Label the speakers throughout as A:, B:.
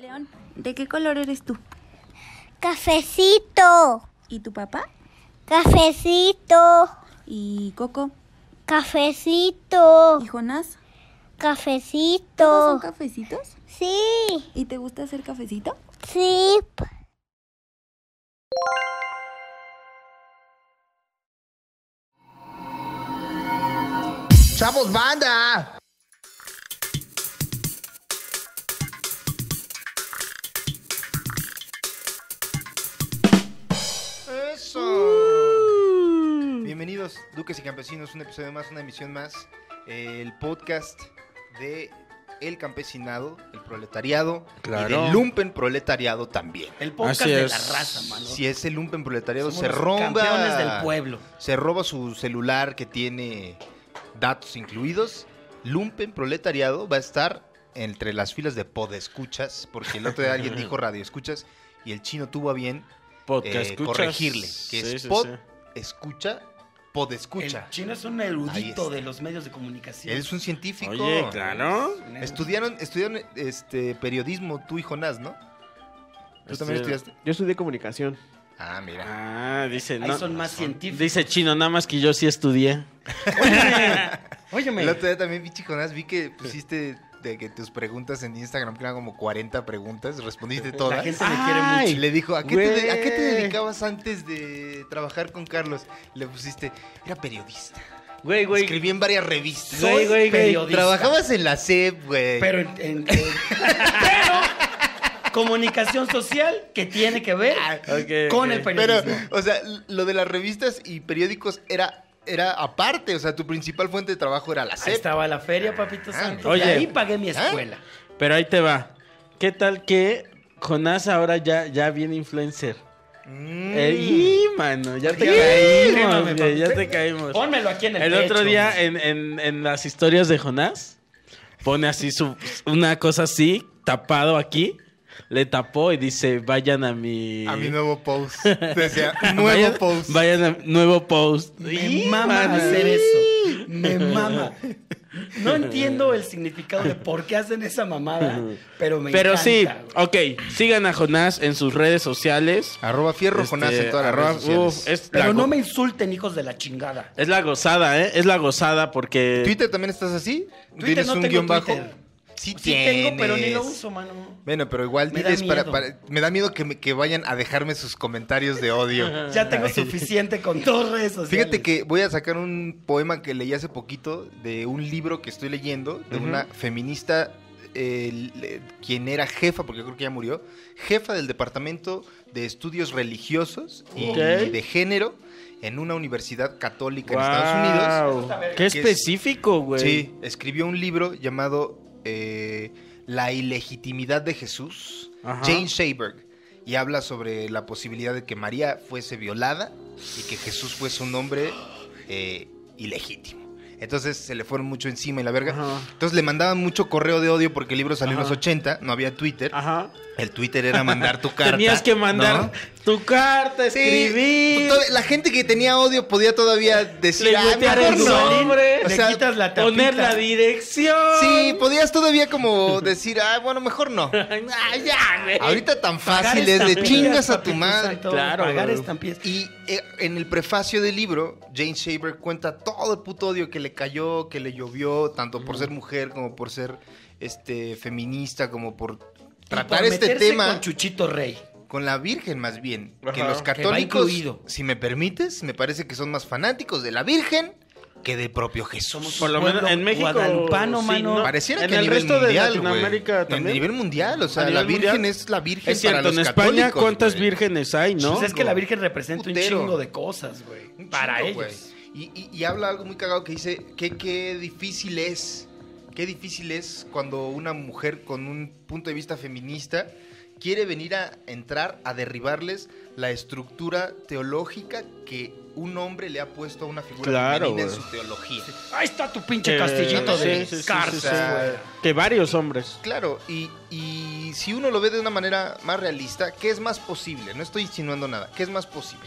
A: León, ¿de qué color eres tú?
B: Cafecito,
A: ¿Y tu papá?
B: cafecito,
A: ¿Y Coco?
B: cafecito,
A: ¿Y Jonás? ¿Todos son
B: cafecito.
A: cafecitos?
B: Sí,
A: ¿Y te gusta hacer cafecito?
B: sí. pues.
C: ¡Chavos, banda! ¡Eso! Bienvenidos, duques y campesinos, un episodio más, una emisión más. eh, el podcast de El Campesinado, el Proletariado y
D: Claro.
C: del Lumpen Proletariado también.
E: El podcast
D: Así
E: de
D: es.
E: la raza, mano.
C: Si es el Lumpen Proletariado,
E: Somos
C: se
E: los
C: romba.
E: Campeones del pueblo.
C: se roba su celular que tiene datos incluidos, Lumpen Proletariado va a estar entre las filas de podescuchas, porque el otro día alguien dijo radio escuchas y el chino tuvo a bien
D: Podcast
C: eh,
D: escuchas.
C: corregirle, que
D: Sí,
C: es
D: sí,
C: pod
D: sí.
C: escucha, podescucha.
E: El chino es un
C: Ahí
E: erudito
C: está.
E: de los medios de comunicación.
C: Él es un científico.
D: Oye, claro.
E: Un erudito.
C: Estudiaron, estudiaron este periodismo tú y Jonás, ¿no? ¿Tú también
D: Estudié-
C: estudiaste?
F: Yo estudié comunicación.
C: Ah, mira.
D: Este, Ah, dice.
E: Ahí
D: no-
E: son más científicos.
D: Dice chino, nada más que yo sí estudié.
E: Óyeme,
C: El otro día también, Vichy Jonás, vi que pusiste de que tus preguntas en Instagram, que eran como 40 preguntas, respondiste
E: la
C: todas.
E: gente me quiere
D: Ay.
E: mucho.
C: Y le dijo, ¿a qué, te, de- a qué te
D: güey.
C: dedicabas antes de trabajar con Carlos? Le pusiste, era periodista.
D: Güey, güey.
C: Escribí en varias revistas.
D: Güey,
E: Soy
D: güey, güey.
E: periodista.
C: Trabajabas en la CEP, güey.
E: Pero en- en- en- pero comunicación social que tiene que ver
D: Ah, ok,
E: con
D: ok.
E: el
C: Pero,
E: periodismo.
C: o sea, lo de las revistas y periódicos era, era aparte. O sea, tu principal fuente de trabajo era la
E: Ahí
C: CEP.
E: estaba la feria, papito
D: Ah,
E: santo.
D: Oye.
E: y ahí pagué
D: ¿Eh?
E: mi escuela.
D: Pero ahí te va. ¿Qué tal que Jonás ahora ya, ya viene influencer?
C: Mm.
D: Eh, y, mano, ya te
E: Ya,
D: caímos,
E: fréname,
D: güey, ya
E: papi.
D: te caímos.
E: Pónmelo aquí en el
D: El otro
E: pecho.
D: día en, en- en las historias de Jonás pone así su una cosa así, tapado aquí, le tapó y dice, vayan a mi...
C: A mi nuevo post. Decía, nuevo
D: vayan,
C: post.
D: Vayan a nuevo post.
E: Me
D: Y,
E: mama
D: mano.
E: hacer eso. Me mama. No entiendo el significado de por qué hacen esa mamada, pero me
D: Pero
E: encanta,
D: sí,
E: güey.
C: oh,
D: ok, sigan a Jonás en sus redes sociales.
C: Arroba fierro
D: Este,
C: Jonás en todas las
D: arroba-
C: redes sociales.
D: uf, es, la
E: Pero no
D: go-
E: me insulten, hijos de la chingada.
D: es la gozada, ¿eh? Es la gozada porque...
C: ¿Twitter también estás así?
E: Twitter
C: ¿Tienes
E: no
C: un
E: tengo
C: guión bajo?
E: Twitter.
C: Sí,
E: Sí tengo, pero ni lo
C: tienes.
E: uso, mano.
C: Bueno, pero igual
E: Me
C: me
E: da
C: diles para,
E: miedo.
C: para- Me da miedo que, me- que vayan a dejarme sus comentarios de odio.
E: Ya tengo suficiente con dos redes sociales.
C: Ah. Fíjate que voy a sacar un poema que leí hace poquito de un libro que estoy leyendo de una feminista, eh, le- quien era jefa, porque yo creo que ya murió, jefa del Departamento de Estudios Religiosos y,
D: Ok.
C: de Género en una universidad católica en Estados Unidos.
D: Wow. Qué
C: Que es-
D: específico, güey.
C: Sí, escribió un libro llamado eh, La ilegitimidad de Jesús,
D: Ajá.
C: Jane Schaberg, y habla sobre la posibilidad de que María fuese violada y que Jesús fuese un hombre eh, ilegítimo. Entonces se le fueron mucho encima y la verga.
D: Ajá.
C: Entonces le mandaban mucho correo de odio porque el libro salió en
D: Ajá.
C: los 80, no había Twitter.
D: Ajá.
C: El Twitter era mandar tu carta.
D: Tenías que mandar
C: ¿no?
D: tu carta,
C: Sí, Pues
D: escribir.
C: to- la gente que tenía odio podía todavía decir,
D: Le
C: "Ah,
D: voltear
C: mejor
D: el
C: no".
D: nombre,
C: O
E: le
C: sea,
E: quitas la tapita.
D: Poner la dirección.
C: Sí, podías todavía como decir, ah, bueno, mejor no.
D: Ah, ya, güey.
C: Ahorita tan
E: Pagar
C: fácil es de
E: estampillas,
C: chingas a tu
E: papito
C: madre.
E: santo,
D: Claro,
E: Pagar
D: güey.
E: estampillas.
C: Y eh, en el prefacio del libro, Jane Shaver cuenta todo el puto odio que le cayó, que le llovió, tanto por ser mujer como por ser este feminista, como por
E: Y
C: tratar
E: por
C: este
E: meterse
C: tema
E: Con Chuchito Rey.
C: con la Virgen más bien, que
D: Ajá.
C: los
E: Que va
C: católicos,
E: incluido.
C: si me permites, me parece que son más fanáticos de la Virgen que de propio Jesús.
D: Por lo menos en
E: Pueblo
D: México.
E: guadalupano, mano.
C: Pareciera
D: en
C: que a
D: el
C: nivel
D: resto
C: mundial,
D: de
C: güey.
D: Latinoamérica también.
C: A nivel mundial, o
D: A
C: sea,
D: nivel
C: la Virgen
D: mundial.
C: es la Virgen
D: es cierto,
C: para los
D: en España,
C: católicos,
D: ¿cuántas
C: güey.
D: vírgenes hay, no?
E: Pues es que la Virgen representa un
C: Putero.
E: chingo de cosas, güey.
C: Un
E: Para
C: chingo,
E: ellos.
C: güey. Y, y- y habla algo muy cagado que dice que qué difícil es, qué difícil es cuando una mujer con un punto de vista feminista quiere venir a entrar a derribarles la estructura teológica que un hombre le ha puesto a una figura
D: Claro,
C: femenina en
D: güey.
C: su teología.
E: Ahí está tu pinche
D: Eh,
E: castillito
C: sí,
E: de
C: sí, sí,
E: cartas,
C: sí, sí.
E: güey.
D: Que varios hombres.
C: Claro, y, y si uno lo ve de una manera más realista, ¿qué es más posible? No estoy insinuando nada. ¿Qué es más posible?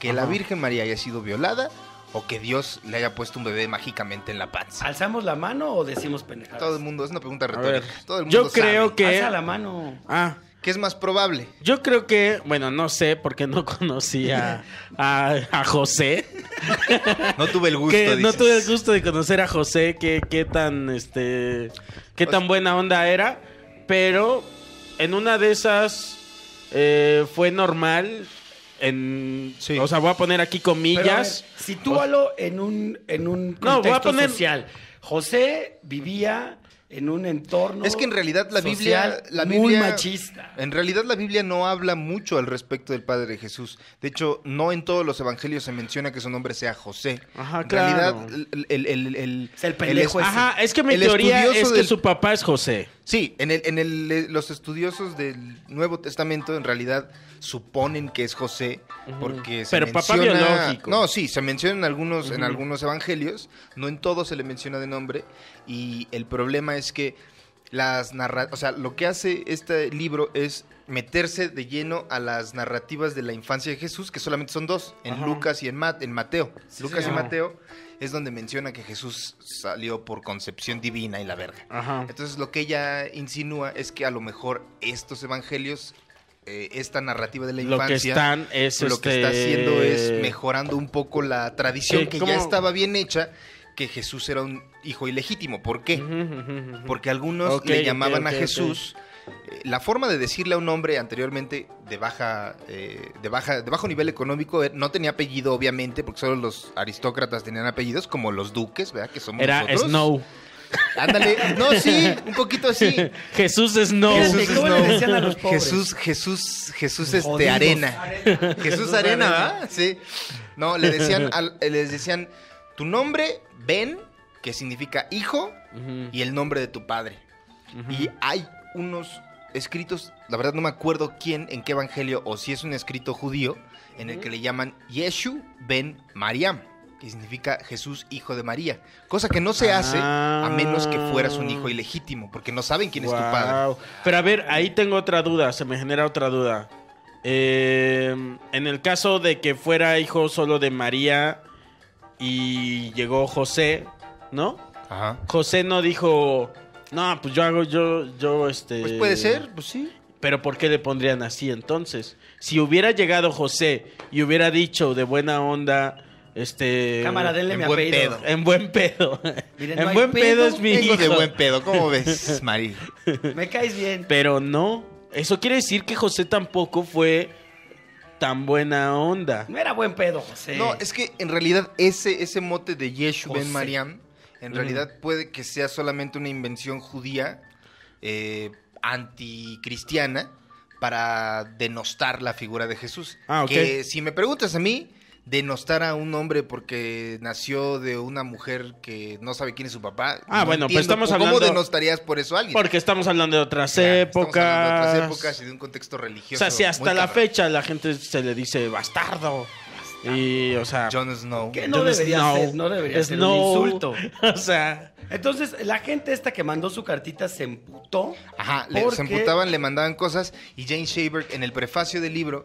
C: Que la
D: Ajá.
C: Virgen María haya sido violada o que Dios le haya puesto un bebé mágicamente en la panza?
E: ¿Alzamos la mano o decimos pendejadas?
C: Todo el mundo, es una pregunta
D: Ah, A ver,
C: retórica. Todo el mundo
D: yo creo
C: sabe.
D: que...
E: Alza la mano.
D: Ah,
C: ¿Qué es más probable?
D: yo creo que, bueno, no sé porque no conocí a, a- a José.
C: No tuve el gusto,
D: que no
C: dices.
D: tuve el gusto de conocer a José, que qué tan este qué
C: O
D: tan
C: sea-
D: buena onda era, pero en una de esas eh, fue normal en
C: Sí.
D: o sea, voy a poner aquí
E: Pero, a ver,
D: comillas.
E: sitúalo en un, en un contexto
D: No, voy a poner-
E: social. José vivía en un entorno
C: Es que en realidad la Biblia,
E: social
C: la
E: muy
C: Biblia,
E: machista.
C: En realidad la Biblia no habla mucho al respecto del Padre Jesús. De hecho, no en todos los evangelios se menciona que su nombre sea José.
D: Ajá,
C: en realidad,
D: claro.
C: el, el- el- el-
E: Es el pendejo
C: es-
E: ese.
D: Ajá, es que mi
C: pues, el
D: teoría
C: estudioso
D: es que
C: del-
D: su papá es José.
C: Sí, en, el, en el- eh, los estudiosos del Nuevo Testamento en realidad suponen que es José porque se
D: Pero papá
C: menciona-
D: biológico.
C: No, sí, se menciona en algunos, en algunos evangelios, no en todos se le menciona de nombre y el problema es que las narra o sea, lo que hace este libro es meterse de lleno a las narrativas de la infancia de Jesús, que solamente son dos, en
D: Ajá.
C: Lucas y en, Ma- en Mateo. Lucas y
D: señor.
C: Mateo es donde menciona que Jesús salió por concepción divina y la verga.
D: Ajá.
C: Entonces lo que ella insinúa es que a lo mejor estos evangelios, eh, esta narrativa de la
D: Lo que
C: infancia,
D: están es
C: lo que está
D: este-
C: haciendo es mejorando un poco la tradición
D: Sí,
C: que
D: ¿cómo?
C: ya estaba bien hecha, que Jesús era un hijo ilegítimo. ¿Por qué?
D: Ujú, ujú, ujú.
C: Porque algunos
D: Ok,
C: le llamaban
D: ok, ok,
C: a Jesús. eh, La forma de decirle a un hombre anteriormente de baja, eh, de baja, de bajo nivel económico eh, no tenía apellido, obviamente, porque solo los aristócratas tenían apellidos, como los duques, ¿verdad? Que somos
D: era
C: nosotros.
D: Snow.
C: Ándale, no, sí, un poquito así.
D: Jesús Snow.
E: Jesús
C: Jesús
E: ¿Cómo le
C: Snow.
E: decían a los pobres?
C: Jesús, Jesús, Jesús
E: Jodidos.
C: este arena. Jesús arena, ¿verdad? Sí. No, le decían, al- les decían tu nombre, Ben, que significa hijo,
D: Ujú.
C: y el nombre de tu padre. Y hay unos escritos, la verdad no me acuerdo quién, en qué evangelio, o si es un escrito judío, en el que le llaman Yeshu ben Mariam, que significa Jesús hijo de María, cosa que no se hace a menos que fueras un hijo ilegítimo, porque no saben quién es tu padre.
D: Guau. Pero a ver, ahí tengo otra duda, se me genera otra duda. Eh, en el caso de que fuera hijo solo de María y llegó José, ¿no?
C: Ajá.
D: José no dijo, no, pues yo hago, yo, yo, este...
C: Pues puede ser, pues sí.
D: Pero ¿por qué le pondrían así entonces? Si hubiera llegado José y hubiera dicho de buena onda, este...
E: Cámara, denle
C: en
E: mi
C: buen
E: apellido.
C: pedo.
D: En buen pedo.
E: Miren,
D: en
E: no hay
D: buen pedo,
E: pedo,
D: es mi
C: Vengo
D: hijo.
C: de buen pedo, ¿cómo ves, Mari?
E: Me caes bien.
D: Pero no, eso quiere decir que José tampoco fue tan buena onda.
E: No era buen pedo, José.
C: No, es que en realidad ese, ese mote de Yeshu
E: José.
C: Ben Mariam, en
D: Mm.
C: realidad puede que sea solamente una invención judía eh, anticristiana para denostar la figura de Jesús.
D: Ah, ok.
C: Que si me preguntas a mí, denostar a un hombre porque nació de una mujer que no sabe quién es su papá.
D: Ah,
C: no
D: bueno, pero
C: entiendo
D: estamos
C: cómo
D: hablando-
C: denostarías por eso a alguien?
D: Porque estamos hablando de otras
C: Ya, estamos
D: épocas.
C: hablando de otras épocas y de un contexto
D: o
C: religioso.
D: sea, si hasta
C: muy
D: la
C: cabrón.
D: fecha la gente se le dice bastardo. Y, o sea.
C: Jon Snow.
E: ¿Qué no
D: Jon
E: debería
D: Snow,
E: ser? No debería ser un
D: Snow.
E: insulto.
D: O sea,
E: Entonces, la gente esta que mandó su cartita se emputó.
C: Ajá, le-
E: porque-
C: se emputaban, le mandaban cosas. Y Jane Shabert, en el prefacio del libro,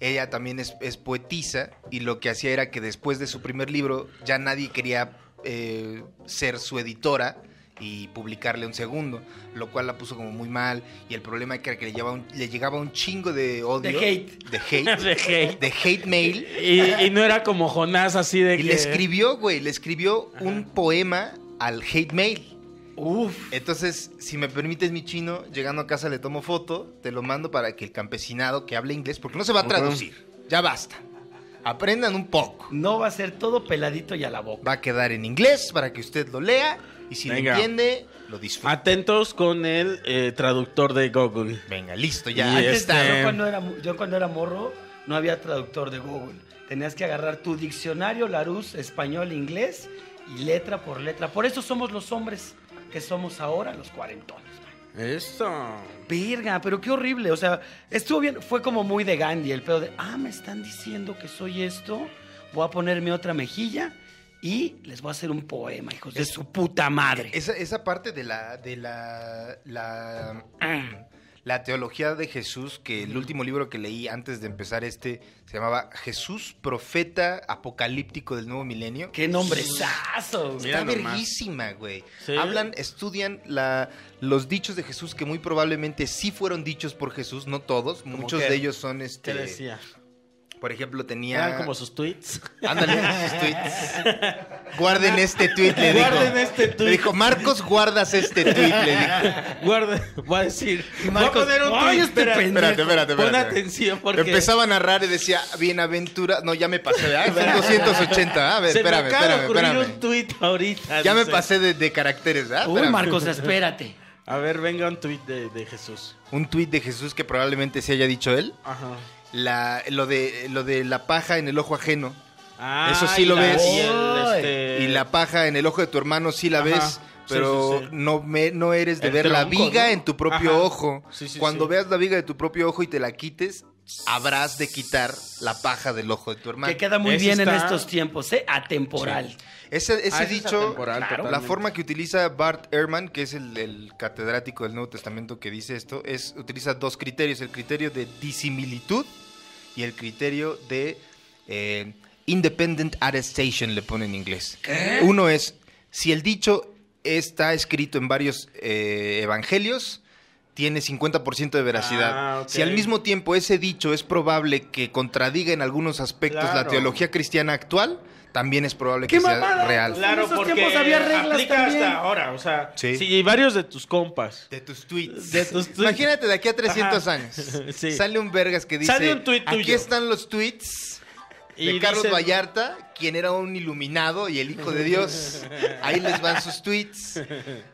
C: ella también es, es poetisa. Y lo que hacía era que después de su primer libro, ya nadie quería eh, ser su editora y publicarle un segundo, lo cual la puso como muy mal. Y el problema era que le, llevaba un- le llegaba un chingo de odio.
E: De hate.
C: De hate.
D: de hate.
C: de hate mail.
D: Y, y no era como Jonás así de
C: Y
D: que.
C: le escribió, güey, le escribió un poema al hate mail.
E: Uf.
C: Entonces, si me permites mi chino, llegando a casa le tomo foto, te lo mando para que el campesinado que hable inglés, porque no se va a traducir, ya basta. Aprendan un poco.
E: No va a ser todo peladito y a la boca.
C: Va a quedar en inglés para que usted lo lea y si lo
D: Venga.
C: entiende, lo disfrute.
D: Atentos con el eh, traductor de Google.
C: Venga, listo, ya
D: Y este,
C: ahí
E: Antes,
C: está.
E: Yo, cuando era, mu- yo cuando era morro no había traductor de Google. Tenías que agarrar tu diccionario Larus español, inglés y letra por letra. Por eso somos los hombres que somos ahora los cuarentones. man.
D: Eso.
E: Verga, pero qué horrible. O sea, estuvo bien. Fue como muy de Gandhi el pedo de, ah, me están diciendo que soy esto. Voy a ponerme otra mejilla y les voy a hacer un poema, hijos de su puta madre.
C: Esa, esa parte de la, de la, la, la teología de Jesús, que el último libro que leí antes de empezar este se llamaba Jesús, profeta apocalíptico del nuevo milenio.
E: ¡Qué nombrezazo! güey!
D: Mira
C: Está
D: nomás.
C: verguísima, güey.
D: Sí.
C: Hablan, estudian la, los dichos de Jesús que muy probablemente sí fueron dichos por Jesús, no todos. Muchos
D: qué?
C: de ellos son
D: ¿Qué
C: este.
D: decía?
C: Por ejemplo, tenía.
D: Eran como sus tweets.
C: Ándale, sus tweets. Guarden este tweet, le dijo.
D: Guarden este tuit.
C: Le dijo, Marcos, guardas este tweet, le dijo.
D: Guarda, voy a decir.
C: Marcos,
D: voy a poner un
E: ¡ay,
D: tweet,
E: este
D: espera,
E: pendejo!
C: Espérate, espérate,
D: Pon
C: espérate.
D: atención porque
C: Empezaba a narrar y decía, bienaventura. No, ya me pasé, ¿verdad? Son 280. A ver,
D: se me
C: espérame,
D: acaba
C: espérame,
D: de ocurrir
C: espérame.
D: un tweet ahorita.
C: Ya me
D: dice.
C: pasé de, de caracteres, ¿verdad?
E: Uy,
C: Espérame.
E: Marcos, espérate.
D: A ver, venga un tweet de, de Jesús.
C: Un tweet de Jesús que probablemente se haya dicho él.
D: Ajá.
C: La, lo, de, lo de la paja en el ojo ajeno.
D: Ah,
C: Eso sí
D: y
C: lo
D: la-
C: ves.
D: y el, este-
C: y la paja en el ojo de tu hermano sí la
D: Ajá.
C: ves,
D: Sí,
C: pero
D: sí, sí.
C: No, me, no eres de
D: El
C: ver la
D: tronco,
C: viga
D: ¿no?
C: en tu propio
D: Ajá.
C: ojo.
D: Sí, sí,
C: Cuando
D: sí.
C: veas la viga de tu propio ojo y te la quites, habrás de quitar la paja del ojo de tu hermano.
E: Que queda muy
D: Ese
E: bien en
D: está-
E: estos tiempos, ¿eh? Atemporal.
C: Ese, ese
D: Ah, ese es
C: dicho,
D: atemporal, Claro.
C: la
D: totalmente.
C: forma que utiliza Bart Ehrman, que es el, el catedrático del Nuevo Testamento que dice esto, es utiliza dos criterios, el criterio de disimilitud y el criterio de eh, independent attestation, le pone en inglés. Uno es, si el dicho está escrito en varios eh, evangelios, tiene 50% de veracidad.
D: Ah, ok.
C: Si al mismo tiempo ese dicho es probable que contradiga en algunos aspectos la
D: Claro.
C: teología cristiana actual, también es probable
E: ¡Qué
C: que sea
E: mamada!
C: real.
E: En
D: Claro,
E: esos
D: porque
E: tiempos había reglas
D: aplica
E: también.
D: hasta ahora, o sea,
C: Sí.
D: si varios de tus compas.
C: De tus tweets.
D: De tus tweets.
C: Imagínate de aquí a 300
D: Ajá.
C: años.
D: Sí.
C: Sale un vergas que dice,
D: Sale un tuit
C: aquí
D: tuyo".
C: están los tweets de
D: y
C: Carlos
D: dicen-
C: Vallarta, quien era un iluminado y el hijo de Dios. Ahí les van sus tweets.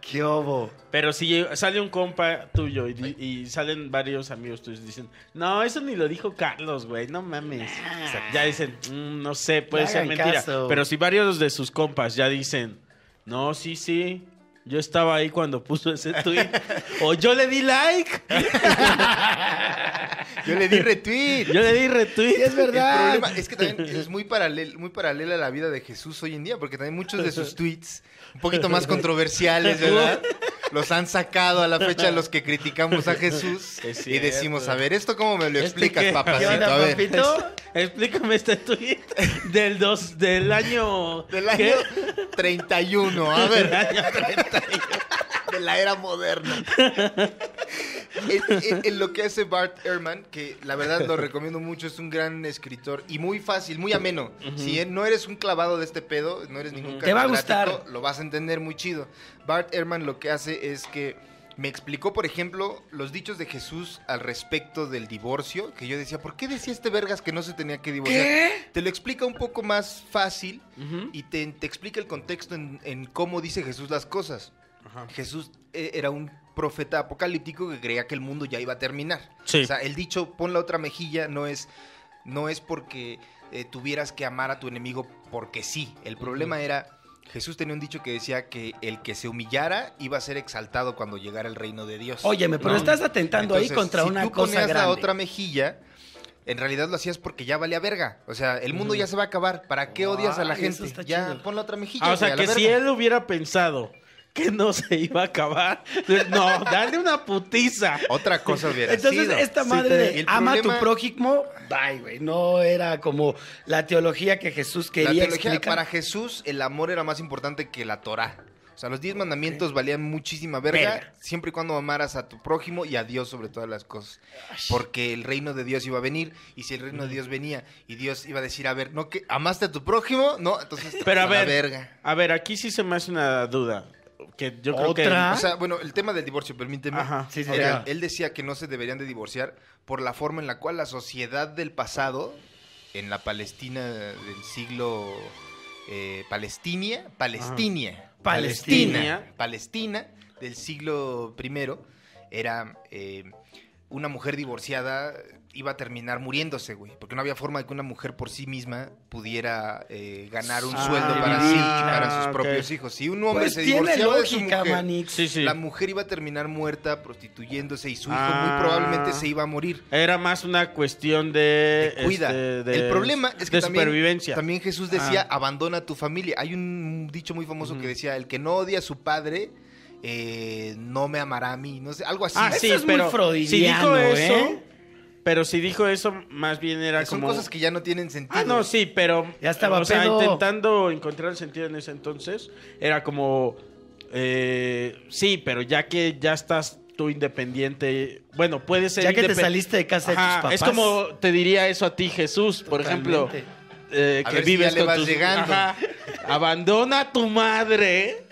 E: ¡Qué obo!
D: Pero si llega- sale un compa tuyo y, di- y salen varios amigos tuyos y dicen, no, eso ni lo dijo Carlos, güey, no mames. O sea, ya dicen, "Mm, no sé, puede
E: No
D: ser
E: hagan
D: mentira.
E: caso.
D: Pero si varios de sus compas ya dicen, no, sí, sí, yo estaba ahí cuando puso ese tweet, o yo le di like,
C: Yo le di retweet.
D: yo le di retweet.
C: El problema es que también es muy paralel, muy paralela a la vida de Jesús hoy en día, porque también muchos de sus tweets, un poquito más controversiales, ¿verdad? Los han sacado a la fecha los que criticamos a Jesús
D: Es
C: y decimos,
D: cierto.
C: a ver, ¿esto cómo me lo
D: ¿Este
C: explicas,
D: qué?
C: papacito?
E: ¿Qué onda,
C: a ver.
E: papito?
D: Explícame este tweet del dos, del año...
C: Del año
D: ¿qué?
C: 31, a
D: Del
C: ver,
D: año 31.
C: de la era moderna. En, en- en lo que hace Bart Ehrman, que la verdad lo recomiendo mucho, es un gran escritor y muy fácil, muy ameno. Si ¿eh? no eres un clavado de este pedo, no eres ningún
E: Te va a
C: catedrático,
E: gustar.
C: Lo vas a entender muy chido. Bart Ehrman lo que hace es que me explicó, por ejemplo, los dichos de Jesús al respecto del divorcio, que yo decía, ¿por qué decía este vergas que no se tenía que divorciar? Te lo explica un poco más fácil
D: Ujú.
C: y te, te explica el contexto en, en cómo dice Jesús las cosas.
D: Ajá.
C: Jesús eh, era un profeta apocalíptico que creía que el mundo ya iba a terminar.
D: Sí.
C: O sea, el dicho pon la otra mejilla no es, no es porque eh, tuvieras que amar a tu enemigo porque sí. El problema era, Jesús tenía un dicho que decía que el que se humillara iba a ser exaltado cuando llegara el reino de Dios.
E: Óyeme, pero
D: No.
E: estás atentando ahí
C: Entonces,
E: contra
C: si
E: una
C: tú
E: cosa
C: ponías
E: grande.
C: la otra mejilla, en realidad lo hacías porque ya valía verga. O sea, el mundo ya se va a acabar. ¿Para qué odias a la
E: Ay, eso
C: gente?
E: está
C: Ya,
E: chido.
C: pon la otra mejilla.
D: Ah, o sea,
C: güey, a
D: que
C: la
D: si
C: verga.
D: él hubiera pensado que no se iba a acabar, no, dale una putiza.
C: Otra cosa hubiera
E: Entonces,
C: sido.
E: esta
C: Sí,
E: madre
C: y
E: de
C: el
E: ama a
C: problema-
E: tu prójimo, bye, güey. No era como la teología que Jesús
C: La
E: quería
C: teología,
E: explicar.
C: para Jesús, el amor era más importante que la Torá. O sea, los diez mandamientos valían muchísima verga,
E: Verga.
C: siempre y cuando amaras a tu prójimo y a Dios sobre todas las cosas. Porque el reino de Dios iba a venir, y si el reino de Dios venía, y Dios iba a decir, a ver, ¿no que amaste a tu prójimo? No, entonces te
D: Pero a
C: vas la
D: ver,
C: verga.
D: a ver, aquí sí se me hace una duda. Que yo creo
E: ¿Otra?
C: O
D: que.
C: sea, bueno, el tema del divorcio, permíteme.
D: Ajá.
E: Sí, sí,
C: Era-
E: sí.
C: Él decía que no se deberían de divorciar por la forma en la cual la sociedad del pasado, en la Palestina del siglo eh, Palestinia,
E: Ah.
C: Palestinia,
E: Palestinia.
C: Palestina, Palestina del siglo primero, era eh, una mujer divorciada iba a terminar muriéndose, güey, porque no había forma de que una mujer por sí misma pudiera eh, ganar un
D: Ah,
C: sueldo para sí,
D: vivir,
C: para sus
D: claro,
C: propios
D: ok.
C: hijos. Si un hombre
E: Pues
C: se
E: tiene
C: divorciaba de su
E: lógica,
C: mujer,
E: Manix.
D: Sí, sí.
C: la mujer iba a terminar muerta, prostituyéndose y su hijo
D: Ah.
C: muy probablemente se iba a morir.
D: Era más una cuestión de.
C: Te cuida.
D: este, de-
C: el problema es que
D: de
C: también,
D: supervivencia. Ah.
C: también Jesús decía, abandona a tu familia. Hay un dicho muy famoso que decía, el que no odia a su padre eh, no me amará a mí, no sé, algo así.
D: Ah,
E: Eso
D: sí,
E: es muy
D: pero si dijo
E: freudiano,
D: eso,
E: ¿eh?
D: pero si dijo eso, más bien era
C: Son
D: como...
C: cosas que ya no tienen sentido.
D: Ah, no, sí, pero...
E: Ya estaba
D: O sea,
E: pedo.
D: intentando encontrar el sentido en ese entonces, era como... eh, sí, pero ya que ya estás tú independiente, bueno, puede ser...
E: Ya que te
D: independ-
E: saliste de casa de tus
D: Ajá,
E: papás.
D: Es como te diría eso a ti, Jesús, por ejemplo.
E: Totalmente.
D: eh,
C: A
D: que
C: ver si
D: vives
C: ya le
D: con
C: vas
D: tus-
C: llegando.
D: Ajá. abandona a tu madre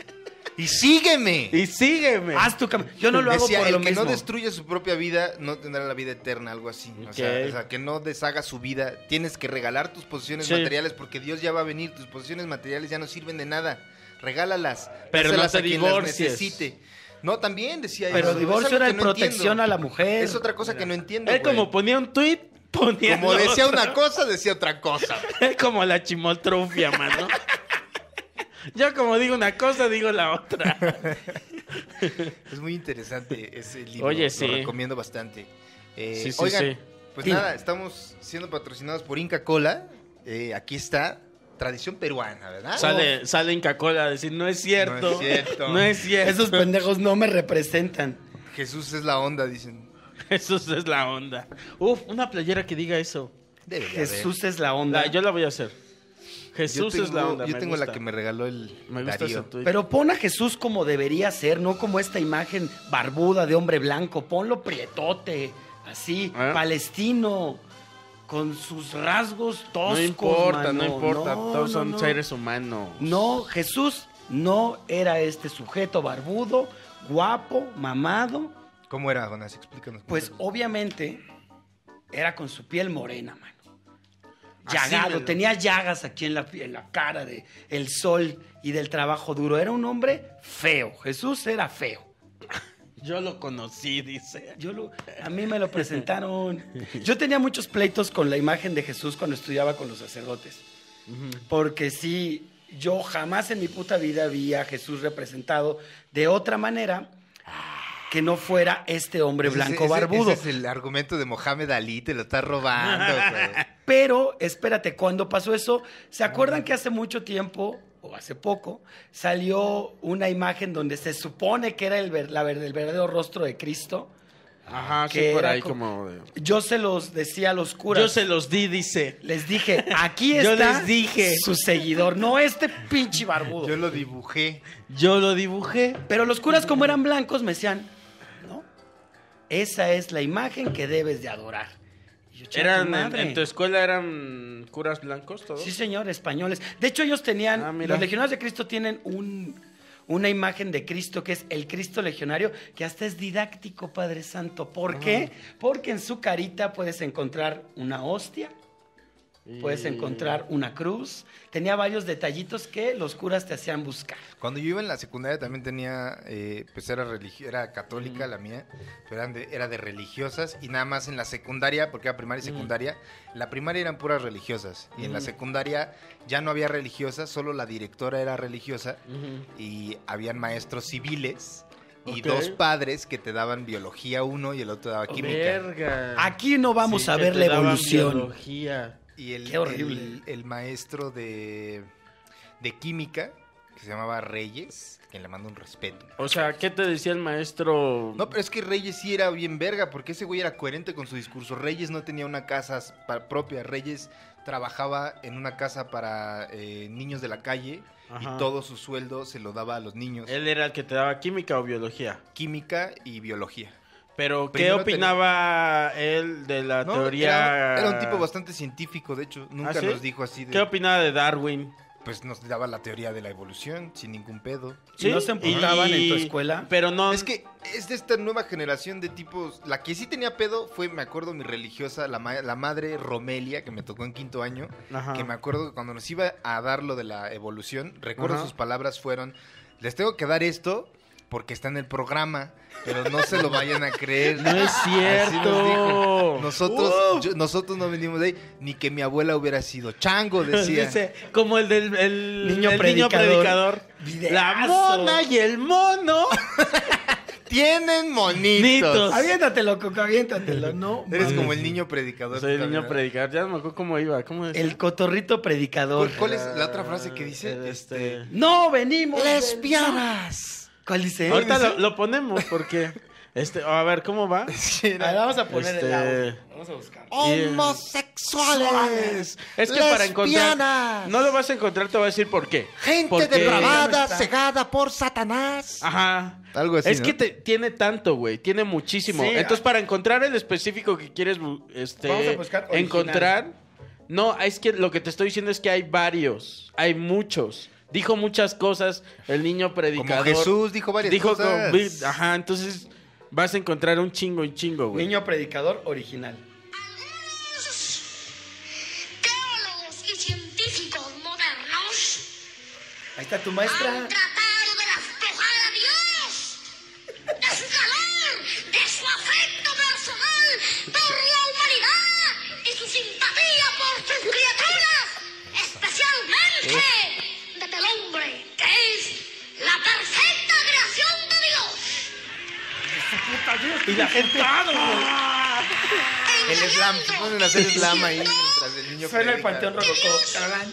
C: Y sígueme.
D: y sígueme.
E: Haz tu cam- Yo no lo hago
C: Decía,
E: por
C: el
E: lo
C: que
E: mismo.
C: no destruye su propia vida no tendrá la vida eterna, algo así. O, sea,
D: Ok.
C: o sea, que no deshaga su vida. Tienes que regalar tus posesiones
D: Sí.
C: materiales porque Dios ya va a venir. Tus posesiones materiales ya no sirven de nada. Regálalas.
D: Pero no
C: dáselas
D: te
C: a quien las
D: divorcies.
C: necesite. No, también decía eso.
E: Pero
C: Es
E: divorcio
C: algo
E: era
C: que
E: de
C: no
E: protección
C: entiendo.
E: a la mujer.
C: Es otra cosa que no entiendo.
D: Él
C: güey.
D: como ponía un tweet, ponía
C: Como
D: lo
C: decía
D: otro.
C: una cosa, decía otra cosa.
D: Es como la chimoltrufia, mano. Yo como digo una cosa, digo la otra.
C: Es muy interesante ese libro.
D: Oye, sí.
C: Lo recomiendo bastante. Eh,
D: Sí, sí,
C: oigan,
D: sí.
C: pues
D: Dime.
C: nada, estamos siendo patrocinados por Inca Cola. Eh, aquí está tradición peruana, ¿verdad?
D: Sale, sale Inca Cola a decir, no es cierto.
C: No es cierto.
D: No es cierto.
E: Esos pendejos no me representan.
C: Jesús es la onda, dicen.
D: Eso es la onda. Uf, una playera que diga eso.
C: Debe de haber.
E: Jesús es la onda.
D: La- yo la voy a hacer.
C: Yo
D: Jesús
C: tengo,
D: es la onda.
C: Yo
D: me
C: tengo la
D: gusta.
C: que me regaló el
D: Me gusta
C: Darío.
D: ese tweet.
E: Pero pon a Jesús como debería ser, no como esta imagen barbuda de hombre blanco. Ponlo prietote, así,
D: ¿Eh?
E: palestino, con sus rasgos toscos.
D: no importa,
E: mano.
D: no importa.
E: No,
D: Todos
E: no,
D: son
E: no.
D: seres humanos.
E: No, Jesús no era este sujeto barbudo, guapo, mamado.
C: ¿Cómo era, Jonas? Explícanos.
E: Pues obviamente era con su piel morena, mano.
D: Así me
E: Llagado,
D: lo-
E: tenía llagas aquí en la, pie- en la cara de el sol y del trabajo duro. Era un hombre feo. Jesús era feo.
D: Yo lo conocí, dice.
E: Yo lo- a mí me lo presentaron. Yo tenía muchos pleitos con la imagen de Jesús cuando estudiaba con los sacerdotes. Porque sí, yo jamás en mi puta vida vi a Jesús representado de otra manera que no fuera este hombre
C: Ese-
E: blanco
C: ese-
E: barbudo.
C: Ese es el argumento de Mohamed Ali, te lo estás robando. güey.
E: Pero, espérate, cuando pasó eso, ¿se acuerdan que hace mucho tiempo, o hace poco, salió una imagen donde se supone que era el, ver- la ver- el verdadero rostro de Cristo?
D: Ajá, sí,
E: Que
D: por
E: era
D: ahí
E: co-
D: como... de-
E: Yo se los decía a los curas.
D: Yo se los di, dice.
E: Les dije, aquí
D: Yo
E: está
D: les dije.
E: su seguidor, no este pinche barbudo.
C: Yo lo dibujé.
D: Yo lo dibujé.
E: Pero los curas, como eran blancos, me decían, no, esa es la imagen que debes de adorar. Y yo, "Chinga tu
D: ¿Eran en,
E: madre".
D: en tu escuela eran curas blancos todos?
E: Sí, señor, españoles. De hecho, ellos tenían,
D: Ah, mira.
E: los legionarios de Cristo tienen un, una imagen de Cristo que es el Cristo legionario, que hasta es didáctico, Padre Santo. ¿Por
D: Ah.
E: qué? Porque en su carita puedes encontrar una hostia, puedes
D: Y-
E: encontrar una cruz. Tenía varios detallitos que los curas te hacían buscar.
C: Cuando yo iba en la secundaria también tenía, eh, pues era, religi- era católica la mía, pero eran de- era de religiosas y nada más en la secundaria, porque era primaria y secundaria, la primaria eran puras religiosas y en la secundaria ya no había religiosas, solo la directora era religiosa
D: Ujú.
C: y habían maestros civiles y
D: Ok.
C: dos padres que te daban biología uno y el otro daba química.
D: Verga.
C: Ah,
E: Aquí no vamos
D: Ah.
E: a
D: Sí, que
E: ver
D: te
E: la
D: daban
E: evolución.
D: biología.
C: Y el,
E: Qué horrible.
C: el- el maestro de, de química, que se llamaba Reyes, que le mando un respeto.
D: O sea, ¿qué te decía el maestro?
C: No, pero es que Reyes sí era bien verga, porque ese güey era coherente con su discurso. Reyes no tenía una casa s- pa- propia. Reyes trabajaba en una casa para eh, niños de la calle
D: Ajá.
C: y todo su sueldo se lo daba a los niños.
D: Él era el que te daba química o biología.
C: Química y biología.
D: Pero, ¿qué
C: Primero
D: opinaba él de la
C: No,
D: teoría?
C: Era, era un tipo bastante científico, de hecho. Nunca
D: ¿Ah, sí?
C: nos dijo así de...
D: ¿Qué opinaba de Darwin?
C: Pues nos daba la teoría de la evolución, sin ningún pedo.
E: ¿Y no se emputaban en tu escuela?
D: Pero no.
C: Es que es de esta nueva generación de tipos. La que sí tenía pedo fue, me acuerdo, mi religiosa, la, ma- la madre Romelia, que me tocó en quinto año.
D: Ajá.
C: Que me acuerdo que cuando nos iba a dar lo de la evolución, recuerdo
D: Ajá.
C: sus palabras fueron: Les tengo que dar esto porque está en el programa, pero no se lo vayan a creer.
D: No es
C: Así
D: cierto.
C: nos dijo. Nosotros, yo- nosotros no venimos de ahí, ni que mi abuela hubiera sido chango, decía.
D: Dice, como el del el-
E: Niño
D: el
E: predicador.
D: predicador. La
E: Videazo.
D: mona y el mono.
C: Tienen monitos.
D: Nitos.
E: Aviéntatelo, Coco, aviéntatelo. No,
D: Eh.
C: Eres
E: mames.
C: como el niño predicador.
D: Soy el
C: también,
D: niño
C: ¿verdad?
D: predicador. Ya no me acuerdo cómo iba. ¿Cómo decía?
E: el cotorrito predicador.
C: ¿Cuál, cuál es la otra frase que dice?
D: Eh,
C: Este,
E: No venimos. del-
C: Lesbianas.
E: ¿Cuál dice?
D: Ahorita
E: Dice-
D: lo, lo ponemos porque. Este, a ver, ¿cómo va?
C: Sí,
E: A ver, vamos a poner el
D: Este-
E: audio. Vamos a buscar.
F: homosexuales,
D: eh, Es que para encontrar. No lo vas a encontrar, te voy a decir por qué.
F: gente
D: Porque-
F: depravada, cegada por Satanás.
D: Ajá.
C: Algo así,
D: Es
C: ¿no?
D: que te- tiene tanto, güey. Tiene muchísimo.
E: Sí,
D: Entonces,
E: ah.
D: para encontrar el específico que quieres bu- este,
E: Vamos a buscar original.
D: encontrar. No, es que lo que te estoy diciendo es que hay varios. Hay muchos. Dijo muchas cosas el niño predicador.
C: Jesús dijo varias
D: Dijo
C: cosas.
D: con- Ajá, entonces vas a encontrar un chingo, un chingo, güey.
E: Niño predicador original.
G: teólogos y científicos modernos
E: Ahí está tu
G: han
E: maestra.
G: tratado de despojar a Dios de su calor, de su afecto personal por la humanidad y su simpatía por sus criaturas, especialmente desde el hombre, que es la perfecta creación de Dios.
E: Y la gente.
C: El slam, se ponen a hacer slam ahí mientras el niño
E: Suena el
C: predica.
E: panteón rococó. Tarán.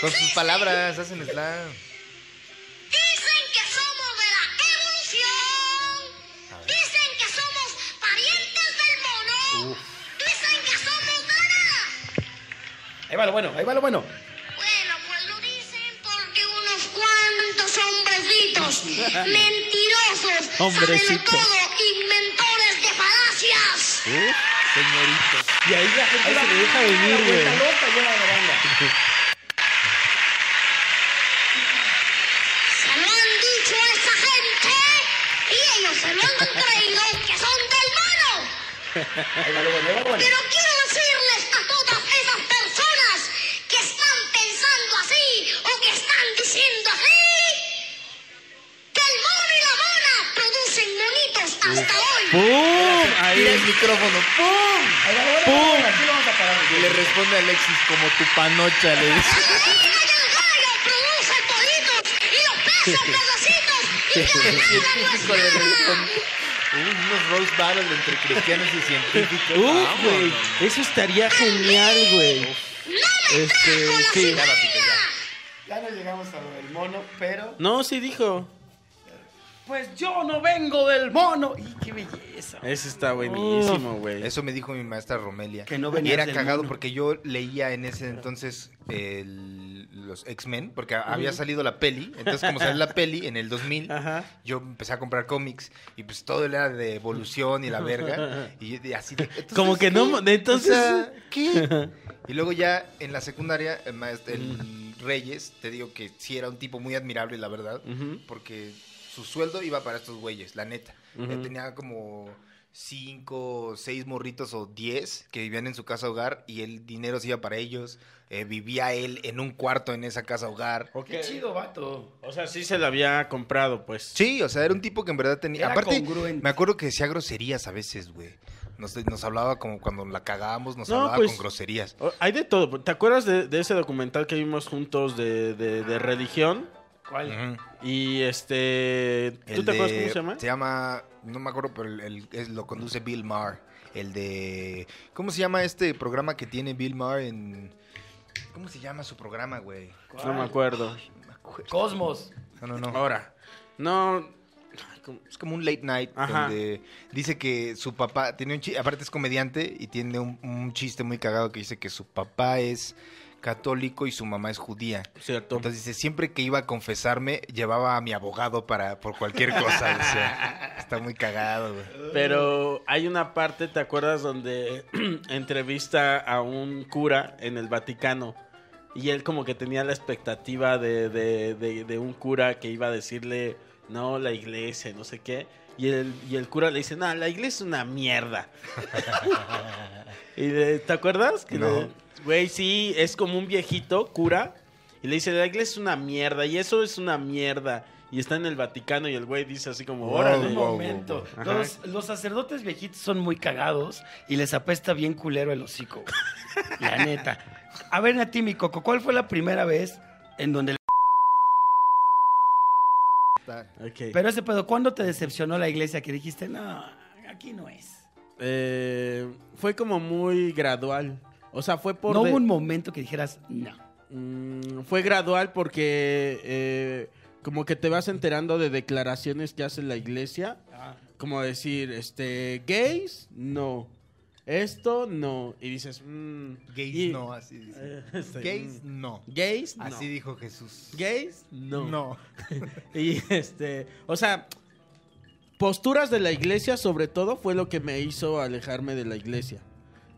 C: Con sus palabras hacen slam.
G: Dicen que somos de la evolución. Dicen que somos parientes del mono. Dicen que somos de la nada.
E: Ahí va lo bueno, ahí va lo bueno.
G: Bueno, pues lo dicen porque unos cuantos hombrecitos mentirosos, saben
D: Hombrecitos.
G: todo, inventores de falacias.
E: Y ahí la gente se deja venir, güey. loca y era de banda.
G: Se lo han dicho a esa gente y ellos se lo han creído que son del mono.
E: Ahí va lo bueno, ahí va lo bueno.
G: Pero quiero decirles a todas esas personas que están pensando así o que están diciendo así que el mono y la mona producen monitos hasta hoy.
D: ¡Pum! Ahí.
C: Tira el micrófono. ¡Pum!
E: Ahí va lo bueno.
D: ¡Pum!
E: Aquí lo vamos a parar.
C: Y le responde a Alexis como tu panocha, le dice.
G: La gallina y el gallo producen pollitos y los peces pedacitos y
C: El
G: cada nada no es
C: científico le responde. Hubo unos roast battles entre cristianos y científicos.
D: ¡Uh,
C: Vámonos.
D: güey! Eso estaría genial, güey. Este, sí.
C: Ya, papito, ya.
E: Ya no llegamos a lo del mono, pero.
D: No, sí dijo.
E: Pues yo no vengo del mono. ¡Y qué belleza!
D: Ese está buenísimo, güey.
C: Eso me dijo mi maestra Romelia.
E: Que no
C: y
E: venías
C: era
E: del
C: cagado
E: mono.
C: porque yo leía en ese entonces el- los X-Men, porque había salido la peli. Entonces, como salió la peli en el 2000,
D: Ajá.
C: yo empecé a comprar cómics y pues todo era de evolución y la verga. Y, de- así de. "Entonces,
D: Como que no,
C: ¿qué?
D: entonces-
C: O sea, ¿qué? Y luego ya en la secundaria, el, maest- el Reyes, te digo que sí era un tipo muy admirable, la verdad,
D: Ujú.
C: porque su sueldo iba para estos güeyes, la neta.
D: Ujú.
C: Ya tenía como cinco, seis morritos o diez que vivían en su casa hogar y el dinero se iba para ellos. Eh, vivía él en un cuarto en esa casa hogar.
D: Oh.
E: ¡Qué chido, vato!
D: O sea, sí se la había comprado, pues.
C: Sí, o sea, era un tipo que en verdad tenía.
E: Era
C: Aparte,
E: congruente.
C: me acuerdo que decía groserías a veces, güey. Nos, nos hablaba como cuando la cagábamos, nos
D: No,
C: hablaba
D: pues-
C: con groserías.
D: O- Hay de todo. ¿Te acuerdas de, de ese documental que vimos juntos de, de- de religión?
E: ¿Cuál?
C: Ujú.
D: Y este. ¿Tú
C: El
D: te acuerdas
C: de-
D: cómo se llama?
C: Se llama, no me acuerdo, pero el- el- es- lo conduce Bill Maher. El de. ¿Cómo se llama este programa que tiene Bill Maher en. ¿Cómo se llama su programa, güey?
D: No me acuerdo.
C: No me acuerdo.
E: Cosmos.
C: No, no, no.
D: Ahora. No. Ay, ¿cómo?
C: Es como un late night
D: Ajá.
C: donde dice que su papá tiene un chiste, aparte es comediante y tiene un, un chiste muy cagado que dice que su papá es católico y su mamá es judía.
D: Cierto.
C: Entonces dice, siempre que iba a confesarme, llevaba a mi abogado para por cualquier cosa. o sea, está muy cagado, güey.
D: Pero hay una parte, ¿te acuerdas? Donde entrevista a un cura en el Vaticano. Y él como que tenía la expectativa de, de- de- de un cura que iba a decirle, no, la iglesia, no sé qué. Y el, y el cura le dice, no, la iglesia es una mierda. y le- ¿Te acuerdas? Que
C: No.
D: le- Güey, sí, es como un viejito cura. Y le dice, la iglesia es una mierda. Y eso es una mierda. Y está en el Vaticano y el güey dice así como,
C: Wow.
D: órale.
E: Un
C: wow,
E: momento.
D: wow.
E: Los, los sacerdotes viejitos son muy cagados y les apesta bien culero el hocico. güey. La neta. A ver, Nati, mi coco, ¿cuál fue la primera vez en donde... el-
C: Está-
D: Ok.
E: Pero ese pedo, ¿cuándo te decepcionó la iglesia que dijiste, no, aquí no es?
D: Eh, fue como muy gradual. O sea, fue por.
E: no
D: de-
E: hubo un momento que dijeras, no.
D: Mm, fue gradual porque eh, como que te vas enterando de declaraciones que hace la iglesia.
C: Ah.
D: Como decir, este, gays, no. Esto, no. Y dices, mm,
C: Gays
D: y-
C: no, así dice.
D: Eh, este,
C: Gays
D: mm,
C: no.
D: Gays, no.
C: Así dijo Jesús.
D: Gays, no.
C: No.
D: Y este, o sea, posturas de la iglesia sobre todo fue lo que me hizo alejarme de la iglesia.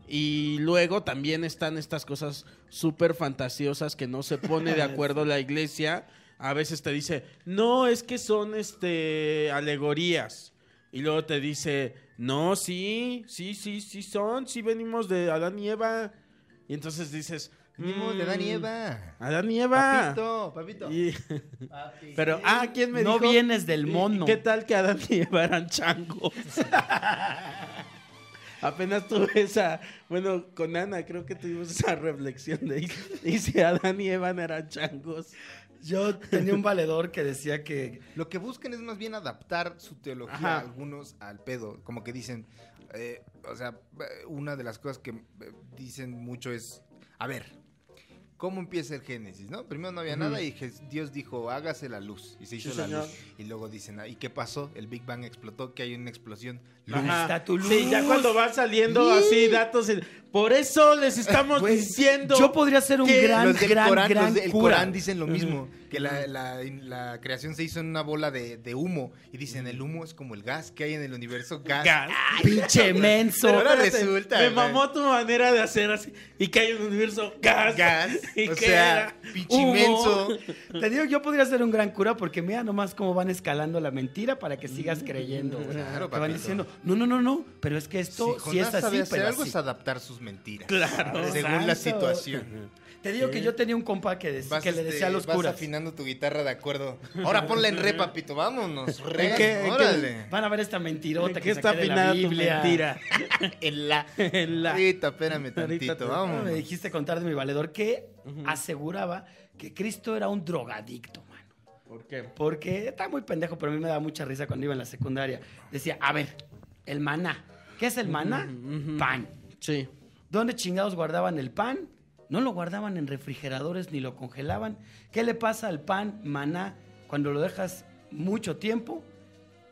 D: Y luego también están estas cosas súper fantasiosas que no se pone de acuerdo la iglesia. A veces te dice, no, es que son este alegorías. Y luego te dice, no, sí, sí, sí, sí son, sí venimos de Adán y Eva. Y entonces dices,
C: Venimos de Adán y
D: "Mm,
C: Eva.
D: Adán y Eva.
C: Papito, papito.
D: Y- Pero, ah, ¿quién me
E: No
D: dijo?
E: vienes del
D: ¿Y- y
E: mono.
D: ¿Qué tal que Adán y Eva eran changos? Apenas tuve esa. Bueno, con Ana creo que tuvimos esa reflexión de. ¿Y si Adán y Eva no eran changos?
E: Yo tenía un valedor que decía que
C: Lo que buscan es más bien adaptar su teología
D: Ajá.
C: algunos al pedo. Como que dicen, eh, o sea, eh, una de las cosas que eh, dicen mucho es, a ver, ¿cómo empieza el Génesis? ¿no? Primero no había nada y Jes- Dios dijo, hágase la luz. Y se hizo
D: Sí,
C: la
D: señor.
C: luz. Y luego dicen, ah, ¿y qué pasó? El Big Bang explotó, que hay una explosión. Luz.
E: ¿Dónde
D: Ajá.
E: está tu
D: Sí, ya
E: luz?
D: cuando va saliendo así datos. y- Por eso les estamos
C: Güey,
D: diciendo.
E: yo podría ser un
D: que
E: gran,
C: Los del
E: gran,
C: Corán,
E: gran
C: los del
E: cura.
C: Corán dicen lo mismo, que la, la- la creación se hizo en una bola de, de humo. Y dicen, el humo es como el gas que hay en el universo, gas.
D: Gas.
E: Pinche menso.
C: Pero- ahora
D: Espérate,
C: resulta,
D: Me
C: güey.
D: mamó tu manera de hacer así. Y que hay un universo gas.
C: Gas,
D: Y
C: o
D: que
C: sea,
D: era humo.
C: pichimenso.
E: Te digo, yo podría ser un gran cura porque mira nomás cómo van escalando la mentira para que sigas creyendo. güey.
C: Claro,
E: Te van
C: papito.
E: diciendo, no, no, no, no, pero es que
C: Si
E: esto sí,
C: Jonás
E: es así,
C: sabe hacer
E: pero
C: algo
E: así.
C: es adaptar sus mentiras.
D: Claro.
C: Ah, Según la
E: Santo.
C: situación.
E: Te digo que yo tenía un compa que, dec-
C: Vas,
E: que le
C: este,
E: decía a los
C: vas
E: curas.
C: afinando tu guitarra de acuerdo. Ahora ponla en re, papito. Vámonos. Re,
E: ¿En qué- en qué-
C: órale.
E: van a ver esta mentirota que
D: ¿Qué está
E: saqué de la
D: afinada tu
E: Biblia.
D: mentira?
C: En la.
D: En la-
C: Ahorita, espérame
D: Ahorita te-
C: tantito.
E: Ah, Me
C: Vamos.
E: dijiste contar de mi valedor que aseguraba que Cristo era un drogadicto, mano.
D: ¿Por qué?
E: Porque está muy pendejo, pero a mí me daba mucha risa cuando iba en la secundaria. Decía, a ver, el maná. ¿Qué es el maná? Pan.
D: Sí.
E: ¿Dónde chingados guardaban el pan? No lo guardaban en refrigeradores ni lo congelaban. ¿Qué le pasa al pan maná cuando lo dejas mucho tiempo?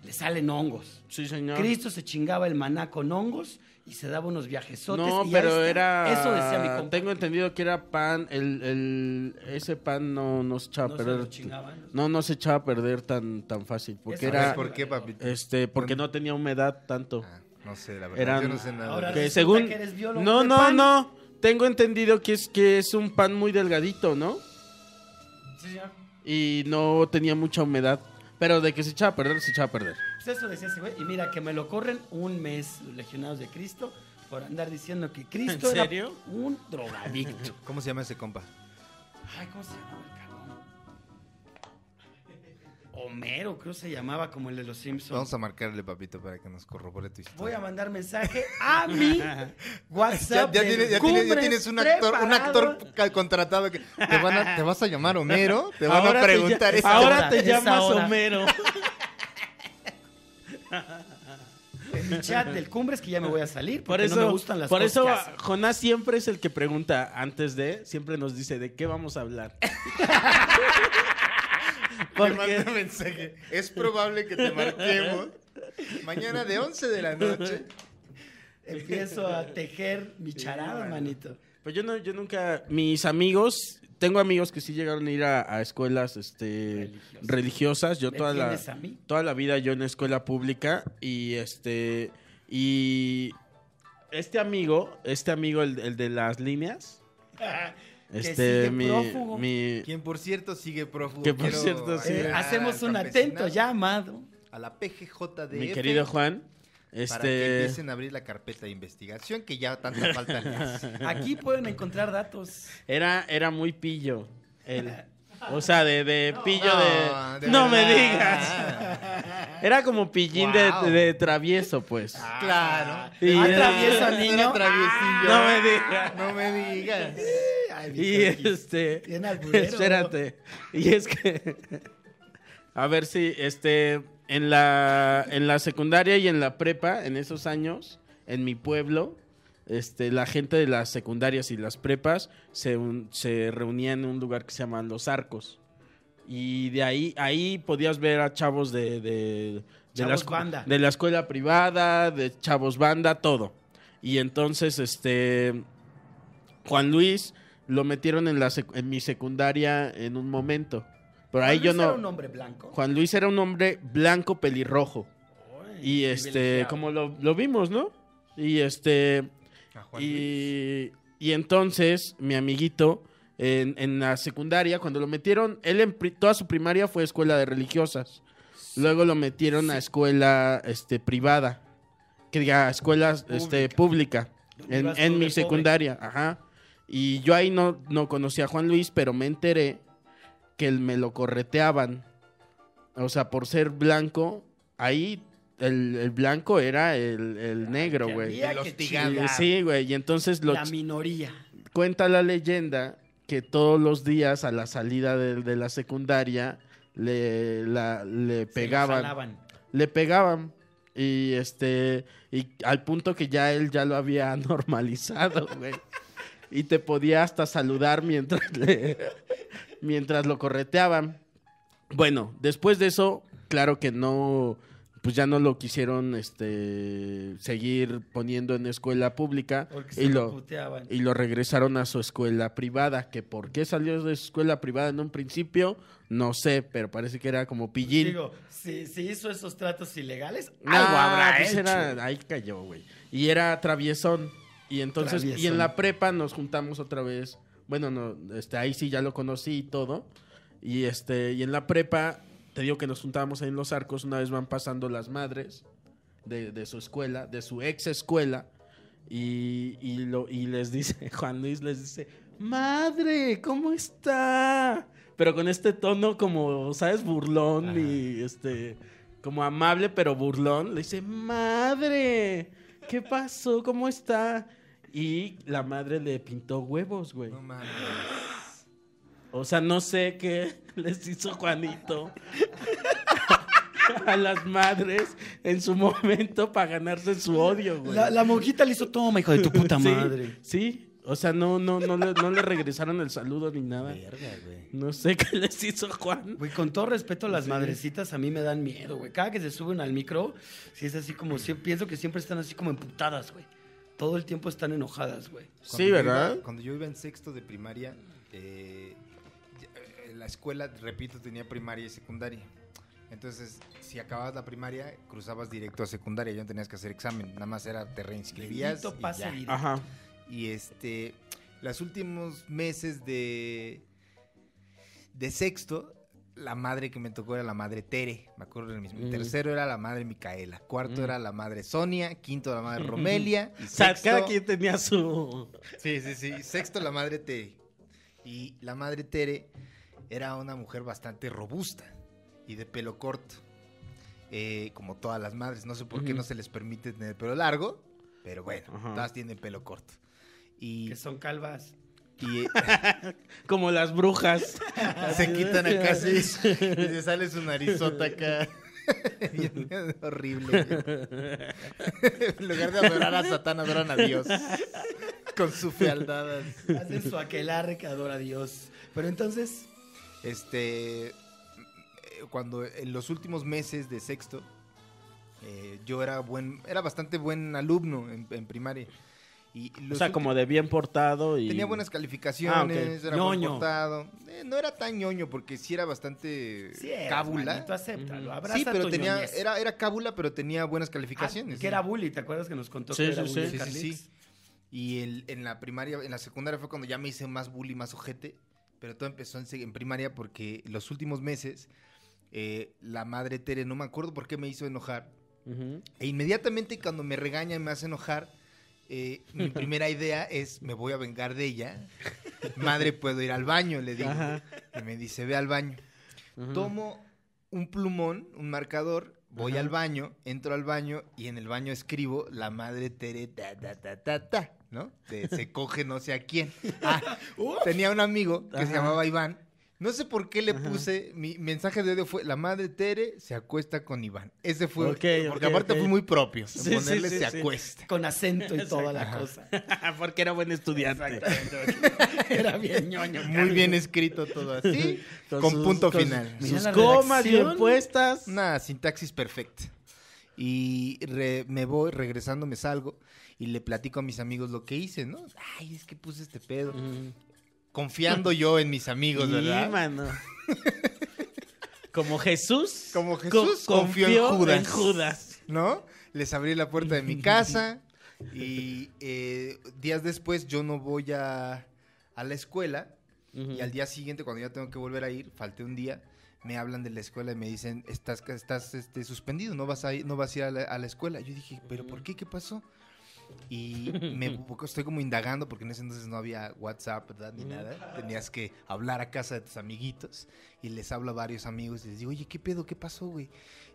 E: Le salen hongos.
D: Sí, señor.
E: Cristo se chingaba el maná con hongos y se daba unos viajesotes.
D: no,
E: y ahí
D: pero
E: está.
D: era.
E: Eso decía mi compa.
D: Tengo entendido que era pan. El, el- ese pan no, no se echaba
E: No
D: a
E: se
D: perder.
E: lo chingaban.
D: No, no se echaba a perder tan, tan fácil.
E: Eso
D: Porque era.
E: es
C: ¿Por qué, papito?
D: Este, porque no tenía humedad tanto.
C: Ah, no sé, la verdad.
D: Eran-
C: Yo no sé nada.
E: Ahora
D: Que
E: resulta
D: según.
E: que eres biólogo
D: no,
E: de
D: no,
E: pan.
D: no. Tengo entendido que es que es un pan muy delgadito, ¿no?
E: Sí, señor.
D: Y no tenía mucha humedad. Pero de que se echaba a perder, se echaba a perder.
E: Pues eso decía ese güey. Y mira, que me lo corren un mes, los legionados de Cristo, por andar diciendo que Cristo
D: ¿En
E: era
D: serio?
E: un drogadicto.
C: ¿Cómo se llama ese compa?
E: Ay, ¿cómo se llamaba el cabrón? Homero, creo se llamaba como el de los Simpsons.
C: Vamos a marcarle, papito, para que nos corrobore tu historia.
E: Voy a mandar mensaje a mi WhatsApp.
C: ya, ya
E: de
C: tienes, ya tienes- ya
E: Cumbres
C: tienes un actor, un
E: preparado.
C: actor ca- contratado que te, van a- te vas a llamar Homero, te van
D: Ahora
C: a
D: te ll-
C: preguntar eso.
D: Ahora
E: hora,
D: te
E: esa
D: llamas
E: hora.
D: Homero.
E: El chat del Cumbres que ya me voy a salir
D: Por
E: porque
D: eso,
E: no me gustan las
D: por
E: cosas
D: eso
E: que hacen.
D: Jonás siempre es el que pregunta antes de, siempre nos dice de qué vamos a hablar.
C: Te mando un mensaje. Es probable que te marquemos mañana de 11 de la noche.
E: empiezo a tejer mi charada, manito.
D: Pues yo no, yo nunca, mis amigos, tengo amigos que sí llegaron a ir a, a escuelas este religiosas. Yo
E: ¿Me
D: toda la,
E: tienes a mí?
D: toda la vida yo en escuela pública. Y este. Y este amigo, este amigo, el, el de las líneas.
E: Que
D: Este,
E: sigue
D: mi,
E: prófugo.
D: mi-
C: Quien por cierto sigue prófugo.
D: Que por
C: Quiero
D: cierto sigue.
E: Eh,
C: agregar
E: hacemos
C: al
E: un atento
C: campesinado,
E: llamado.
C: A la PGJ de
D: mi querido Juan.
C: Para que
D: Este.
C: empiecen a abrir la carpeta de investigación que ya tanta falta le hace.
E: Aquí pueden encontrar datos.
D: Era, era muy pillo. él. O sea, de, de pillo de...
C: de
D: no me digas.
C: verdad.
D: Era como pillín de-
C: Wow.
D: de, travieso, pues.
C: Claro.
D: Y-
E: Ah,
D: era-
E: travieso
C: Era
E: niño.
C: traviesillo.
D: No me digas.
C: No me digas.
E: Ay, mi
D: Y
E: Turquis.
D: este...
E: Bien alburero.
D: Espérate. Y es que... A ver si, este... En la, en la secundaria y en la prepa, en esos años, en mi pueblo, este, la gente de las secundarias y las prepas se, un- se reunía en un lugar que se llaman Los Arcos. Y de ahí, ahí podías ver a chavos de, de, de, la,
E: Chavos
D: escu-
E: banda.
D: de la escuela privada, de chavos banda, todo. Y entonces, este, Juan Luis lo metieron en, la sec- en mi secundaria en un momento. Pero ahí yo no...
E: era un hombre blanco?
D: Juan Luis era un hombre blanco pelirrojo. Y este,
E: privilegiado.
D: como lo, lo vimos, ¿no? Y este. Y, y entonces, mi amiguito, en, en la secundaria, cuando lo metieron, él en pri- toda su primaria fue escuela de religiosas. Luego lo metieron a escuela este, privada. Que diga, escuela este, pública.
E: ¿Dónde
D: En,
E: ibas
D: en
E: tú de
D: mi
E: pobre?
D: secundaria, ajá. Y yo ahí no, no conocí a Juan Luis, pero me enteré que él- me lo correteaban. O sea, por ser blanco, ahí el, el blanco era el, el negro,
E: Que
D: güey.
E: había
C: El
E: que
C: hostigado.
E: chingar.
D: Sí, güey. Y entonces lo
E: La minoría.
D: cuenta la leyenda que todos los días a la salida de, de la secundaria le, la- le
E: Se lo
D: pegaban
E: jalaban.
D: le pegaban y este y al punto que ya él ya lo había normalizado, güey. Y te podía hasta saludar mientras le- mientras lo correteaban. Bueno, después de eso, claro que no pues ya no lo quisieron este seguir poniendo en escuela pública
E: Porque se
D: y
E: lo
D: lo
E: puteaban.
D: y lo regresaron a su escuela privada, que por qué salió de su escuela privada en un principio, no sé, pero parece que era como pillín.
E: Pues Digo, si, si hizo esos tratos ilegales, ¡ah,
D: Nah,
E: algo habrá
D: pues
E: hecho.
D: era- ahí cayó, güey. Y era traviesón. Y entonces, y
E: Traviesón.
D: en la prepa nos juntamos otra vez. Bueno, no, este, ahí sí ya lo conocí y todo. Y este, y en la prepa, te digo que nos juntábamos ahí en los arcos, una vez van pasando las madres de, de su escuela, de su ex escuela, y, y lo, y les dice, Juan Luis les dice, madre, ¿cómo está? Pero con este tono como, ¿sabes? Burlón y este, como amable pero burlón, le dice, madre, ¿qué pasó? ¿Cómo está? Y la madre le pintó huevos, güey.
C: No mames.
D: O sea, no sé qué les hizo Juanito a las madres en su momento para ganarse su odio, güey.
E: La, la monjita le hizo toma, hijo de tu puta
D: Sí,
E: madre.
D: Sí. O sea, no, no, no, le, no le regresaron el saludo ni nada. No sé qué les hizo Juan.
E: Güey, con todo respeto, las madrecitas a mí me dan miedo, güey. Cada que se suben al micro, si es así como, si, pienso que siempre están así como emputadas, güey. Todo el tiempo están enojadas, güey.
D: Sí, ¿verdad?
C: cuando yo iba en sexto de primaria, eh, ya- eh, la escuela, repito, tenía primaria y secundaria. Entonces, si acababas la primaria, cruzabas directo a secundaria, ya no tenías que hacer examen, nada más era te reinscribías
E: Bendito
C: y
E: pase
C: ya.
E: directo.
D: Ajá.
C: Y este, los últimos meses de, de sexto, la madre que me tocó era la madre Tere, me acuerdo del mismo.
D: Mm.
C: Tercero era la madre Micaela, cuarto
D: Mm.
C: era la madre Sonia, quinto la madre Romelia. y
D: O sea,
C: sexto-
D: cada quien tenía su...
C: Sí, sí, sí. Sexto, la madre Tere. Y la madre Tere era una mujer bastante robusta y de pelo corto. Eh, como todas las madres. No sé por qué
D: Ujú.
C: no se les permite tener pelo largo, pero bueno,
D: Ajá.
C: todas tienen pelo corto. Y,
E: Que son calvas.
C: y, eh,
D: Como las brujas.
C: se quitan acá así y se sale su narizota acá. Bien horrible. güey. en lugar de adorar a Satán, adoran a Dios. Con su fealdad. así.
E: Hacen su aquelarre que adora a Dios. Pero entonces,
C: Este, eh, cuando en los últimos meses de sexto, eh, yo era buen, era bastante buen alumno en, en primaria. Y
D: O
C: los
D: sea,
C: ulti-
D: como de bien portado y...
C: tenía buenas calificaciones, era buen
E: Ñoño.
C: portado. Eh, no era tan ñoño porque sí era bastante
E: sí, eres,
C: cábula.
E: manito, acéptalo. Abraza
C: Sí, pero
E: tu
C: tenía,
E: ñoñez.
C: era, era cábula, pero tenía buenas
E: Ah,
C: calificaciones.
E: que era bully, ¿te acuerdas que nos contó
D: Sí,
E: que
D: sí,
E: era
D: sí.
E: bully?
C: Sí, sí, sí.
E: Carlix?
C: Y el- en la primaria, en la secundaria fue cuando ya me hice más bully, más ojete. Pero todo empezó en, se- en primaria porque los últimos meses eh, la madre Tere, no me acuerdo por qué me hizo enojar.
D: Ujú.
C: E inmediatamente cuando me regaña y me hace enojar, eh, mi primera idea es, me voy a vengar de ella. Madre, puedo ir al baño, le digo.
D: Ajá.
C: Y me dice, ve al baño.
D: Ujú.
C: Tomo un plumón, un marcador, voy
D: Ajá.
C: al baño, entro al baño y en el baño escribo la madre Tere, ta, ta, ta, ta, ta, ¿no? Se, se coge no sé a quién. Ah, tenía un amigo que se
D: Ajá.
C: llamaba Iván No sé por qué le puse, mi mensaje de odio fue, la madre Tere se acuesta con Iván. Ese fue,
D: Ok,
C: porque
D: ok,
C: aparte
D: ok.
C: fue muy propio, en
D: Sí, sí,
C: ponerle
D: sí,
C: se
D: sí.
C: acuesta.
E: Con acento y toda la cosa.
D: Porque era buen estudiante.
E: Era bien ñoño.
C: Muy bien escrito todo así, con,
D: sus-
C: punto
D: con
C: final.
E: Mira
D: Sus
E: la
D: comas
E: redacción.
D: bien puestas.
C: Una sintaxis perfecta. Y re- me voy, regresando me salgo y le platico a mis amigos lo que hice, ¿no? Ay, es que puse este pedo. Confiando yo en mis amigos,
D: Sí,
C: ¿verdad?
D: mano. Como Jesús.
C: Como Jesús confió en Judas.
D: en Judas.
C: ¿no? Les abrí la puerta de mi casa y eh, días después yo no voy a, a la escuela y al día siguiente cuando ya tengo que volver a ir, falté un día, me hablan de la escuela y me dicen, estás, estás este, suspendido, no vas a ir, no vas a, ir a, la, a la escuela. Yo dije, ¿pero por qué? ¿Qué pasó? Y me bu- estoy como indagando porque en ese entonces no había WhatsApp, ¿verdad? Ni nada. Tenías que hablar a casa de tus amiguitos y les hablo a varios amigos y les digo, oye, ¿qué pedo? ¿Qué pasó, güey?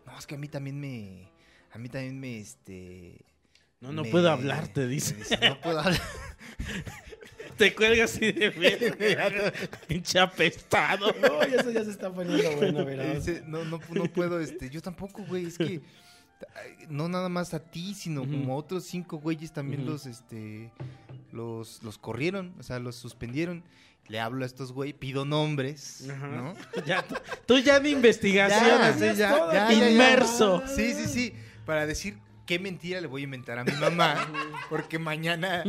C: No, es que a mí también me... A mí también me, este...
D: No, no
C: me-
D: puedo hablar, te
C: me
D: dice.
C: no puedo hablar.
D: Te cuelgas así de mierda. Pinche apestado.
E: No, eso ya se está poniendo bueno,
C: Me
E: ¿verdad?
C: dice, no, no, no puedo, este, yo tampoco, güey, es que ay, no nada más a ti, sino como a otros cinco güeyes también
D: Ujú.
C: los, este, los, los corrieron, o sea, los suspendieron. Le hablo a estos güey, pido nombres,
D: Ajá.
C: ¿no?
D: Ya, tú- tú ya de investigaciones.
C: Ya,
D: ¿eh?
C: ya,
D: Todo
C: ya, ya, ya.
D: inmerso.
C: Sí, sí, sí, para decir qué mentira le voy a inventar a mi mamá, porque mañana,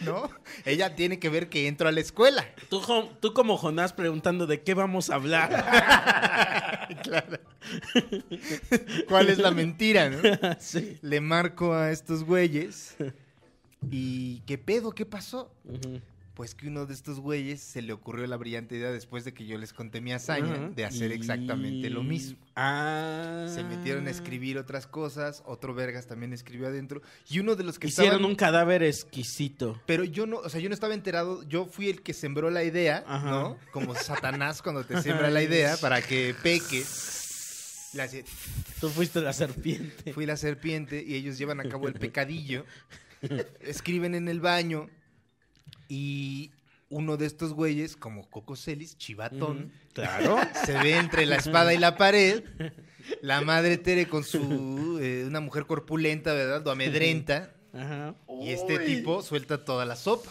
C: ¿no? Ella tiene que ver que entro a la escuela.
D: Tú, jo- tú como Jonás preguntando de qué vamos a hablar.
C: Claro. ¿Cuál es la mentira, no?
D: Sí.
C: le marco a estos güeyes. ¿Y qué pedo? ¿Qué pasó?
D: Ujú.
C: Pues que uno de estos güeyes se le ocurrió la brillante idea después de que yo les conté mi hazaña
D: Ajá.
C: de hacer
D: Y-
C: exactamente lo mismo.
D: Ah.
C: Se metieron a escribir otras cosas, otro Vergas también escribió adentro. Y uno de los que
D: Hicieron
C: estaban-
D: un cadáver exquisito.
C: Pero yo no, o sea, yo no estaba enterado, yo fui el que sembró la idea,
D: Ajá.
C: ¿no? Como Satanás cuando te siembra la idea para que peques. Le hace-
D: Tú fuiste la serpiente.
C: Fui la serpiente y ellos llevan a cabo el pecadillo. escriben en el baño y uno de estos güeyes, como Coco Celis, chivatón,
D: Claro.
C: se ve entre la espada y la pared. La madre Tere con su... eh, una mujer corpulenta, ¿verdad? Lo amedrenta.
D: Ajá.
C: Y este tipo suelta toda la sopa.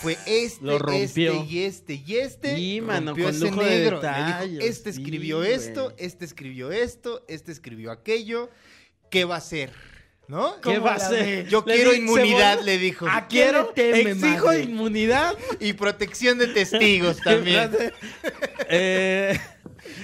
C: Fue este,
D: Ah, Lo rompió.
C: este y este y este.
D: Y, mano,
C: rompió
D: con
C: ese
D: lujo de
C: negro. Le
D: detalles,
C: dijo, este
D: sí,
C: escribió
D: güey.
C: esto, este escribió esto, este escribió aquello. ¿Qué va a hacer? ¿No?
D: ¿Qué
E: ¿Cómo
D: va a
E: la
D: hacer?
E: ve?
C: Yo
D: Le
C: quiero
D: di- se
C: inmunidad,
D: voló.
C: le dijo.
E: ¿A quién
D: Quiero,
E: le teme,
D: exijo
E: madre?
D: inmunidad.
C: Y protección de testigos también.
D: Eh,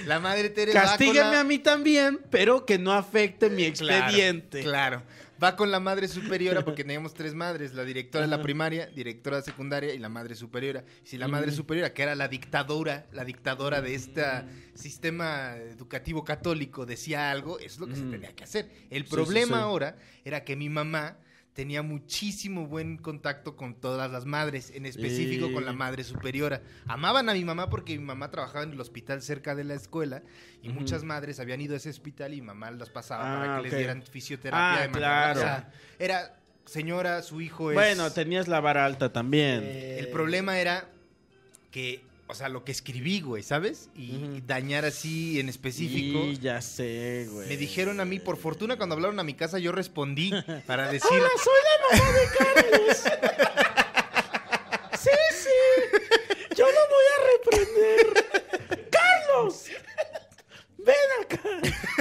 C: La madre Teresa.
D: castíguenme a mí también, pero que no afecte mi expediente.
C: Claro. Va con la madre superiora porque teníamos tres madres, la directora de la primaria, directora de secundaria y la madre superiora. Y si la madre superiora, que era la dictadora, la dictadora de este sistema educativo católico, decía algo, es lo que se
D: Mm.
C: tenía que hacer. El
D: Sí,
C: problema
D: sí, sí.
C: ahora era que mi mamá tenía muchísimo buen contacto con todas las madres, en específico
D: Y-
C: con la madre superiora. Amaban a mi mamá porque mi mamá trabajaba en el hospital cerca de la escuela y
D: Ujú.
C: muchas madres habían ido a ese hospital y mi mamá las pasaba para
D: Ah,
C: que les
D: ok.
C: dieran fisioterapia
D: Ah,
C: de manual.
D: claro.
C: O sea, era señora, su hijo es.
D: Bueno, tenías la vara alta también.
C: el problema era que, o sea, lo que escribí, güey, ¿sabes? Y,
D: Ujú.
C: y dañar así en específico.
D: Y ya sé, güey.
C: Me dijeron a mí, por fortuna, cuando hablaron a mi casa, yo respondí para decir. ¡Hola,
D: Yo lo voy a reprender. ¡Carlos! ¡Ven acá!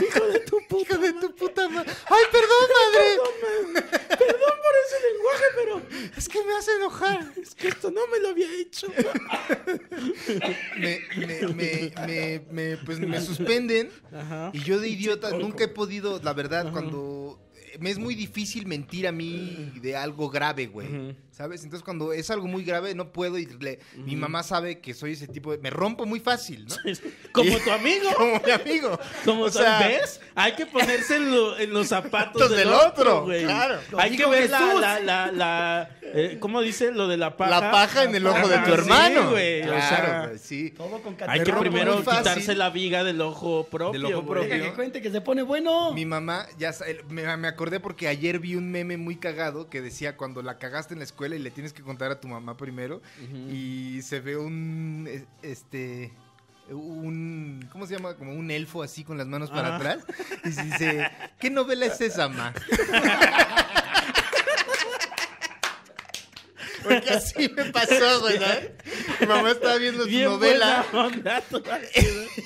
D: ¡Hijo de tu puta!
C: de tu puta madre! ¡Ay, perdón, madre!
D: Perdón por ese lenguaje, pero
C: Es que me hace enojar.
D: es que esto no me lo había hecho.
C: Me, me, me, me, me- pues me suspenden.
D: Ajá.
C: Y yo de idiota nunca he podido, la verdad, cuando... eh, Me es muy difícil mentir a mí de algo grave, güey.
D: Ujú.
C: ¿Sabes? Entonces cuando es algo muy grave no puedo y le- mi mamá sabe que soy ese tipo de... Me rompo muy fácil, ¿no?
D: Como tu amigo.
C: Como mi amigo.
D: Como
C: O
D: tú-
C: sea,
D: ¿Ves? Hay que ponerse en, lo- en los zapatos
C: Los
D: del,
C: del
D: otro,
C: otro,
D: güey.
C: claro.
D: Hay que
E: Dijo
D: ver la,
E: Jesús.
D: la, la, la- eh, ¿cómo dice? Lo de la paja.
C: La paja en el ojo de
D: Ah,
C: tu hermano.
D: Sí, güey. o sea,
C: Claro, güey, sí.
E: Todo con
D: hay
E: catarro.
D: que
C: rompo
D: primero
C: muy fácil.
D: quitarse la viga del ojo propio.
C: Del ojo
D: güey.
E: Oiga, que cuente que se pone bueno.
C: Mi mamá, ya sa- el- me, me acordé porque ayer vi un meme muy cagado que decía cuando la cagaste en la escuela novela y le tienes que contar a tu mamá primero. Y se ve un. es- Este. Un. ¿Cómo se llama? Como un elfo así con las manos para atrás. Y se dice: ¿Qué novela es esa, ma? Porque así me pasó, güey. ¿sabes? Mi mamá estaba viendo su
D: Bien
C: novela.
D: buena onda, toda-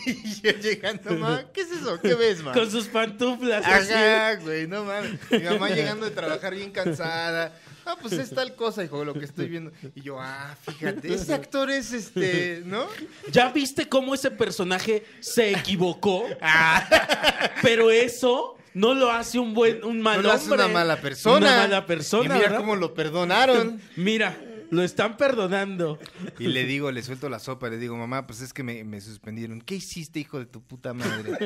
C: Y yo llegando, ma, ¿qué es eso? ¿Qué ves, ma?
D: con sus pantuflas. así.
C: Ajá, güey, no mames. Mi mamá llegando de trabajar bien cansada. Ah, pues es tal cosa, hijo, lo que estoy viendo. Y yo, ah, fíjate, ese actor es este, ¿no?
D: ¿Ya viste cómo ese personaje se equivocó?
C: Ah.
D: Pero eso no lo hace un buen, un mal
C: No lo hace
D: hombre.
C: una mala persona.
D: Una mala persona.
C: Y mira
D: ¿verdad?
C: cómo lo perdonaron.
D: Mira, lo están perdonando.
C: Y le digo, le suelto la sopa, le digo, mamá, pues es que me, me suspendieron. ¿Qué hiciste, hijo de tu puta madre?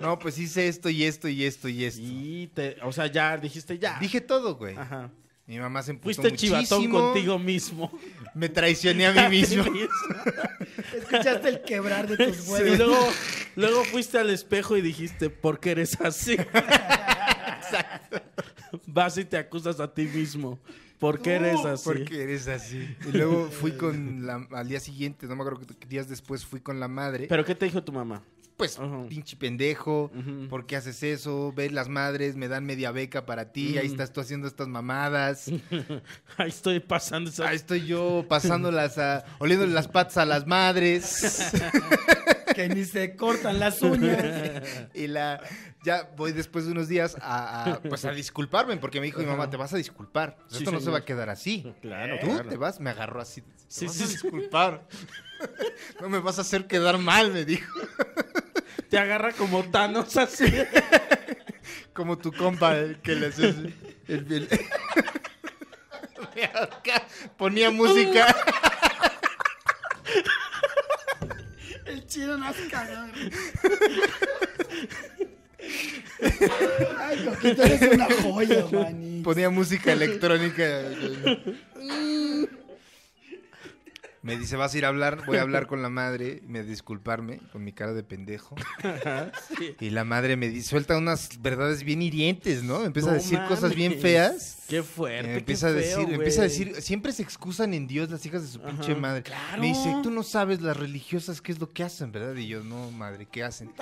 C: No, pues hice esto y esto y esto y esto.
D: Y te, o sea, ya dijiste ya.
C: Dije todo, güey.
D: Ajá.
C: Mi mamá se emputó
D: Fuiste chivatón
C: muchísimo.
D: contigo mismo.
C: Me traicioné a mí mismo.
E: Escuchaste el quebrar de tus
D: Y
E: huevos.
D: luego, luego fuiste al espejo y dijiste, ¿por qué eres así? Vas y te acusas a ti mismo. ¿Por qué eres así?
C: Porque eres así. Y luego fui con la... Al día siguiente, no me acuerdo qué días después, fui con la madre.
D: ¿Pero qué te dijo tu mamá?
C: pues,
D: Ujú.
C: pinche pendejo,
D: Ujú.
C: ¿por qué haces eso? Ves las madres, me dan media beca para ti, ahí estás tú haciendo estas mamadas.
D: Ahí estoy pasando esa...
C: Ahí estoy yo pasándolas a... Oliéndole las patas a las madres.
E: Que ni se cortan las uñas.
C: y la... Ya voy después de unos días a, a, pues a disculparme, porque me dijo mi mamá, te vas a disculpar. Pues,
D: Sí,
C: Esto no se
D: señor.
C: va a quedar así.
D: Claro,
C: Tú
D: claro.
C: te vas, me agarró así. "Te
D: Sí,
C: vas
D: sí,
C: a
D: sí.
C: disculpar. no me vas a hacer quedar mal, me dijo.
D: Te agarra como Thanos así.
C: Como tu compa el que le haces el fiel. Ponía música.
E: El chino no hace cagado. Ay, Coquito, eres una joya, maní.
C: Ponía música electrónica. Me dice, vas a ir a hablar, voy a hablar con la madre, me disculparme con mi cara de pendejo. Y la madre me dice, suelta unas verdades bien hirientes, ¿no? Empieza a
D: No
C: decir cosas bien
D: mames.
C: feas.
D: Qué fuerte.
C: Eh, empieza
D: qué
C: a
D: feo,
C: decir, empieza a
D: güey.
C: decir, siempre se excusan en Dios las hijas de su pinche madre.
D: claro.
C: Me dice, tú no sabes las religiosas qué es lo que hacen, ¿verdad? Y yo, no, madre, ¿qué hacen?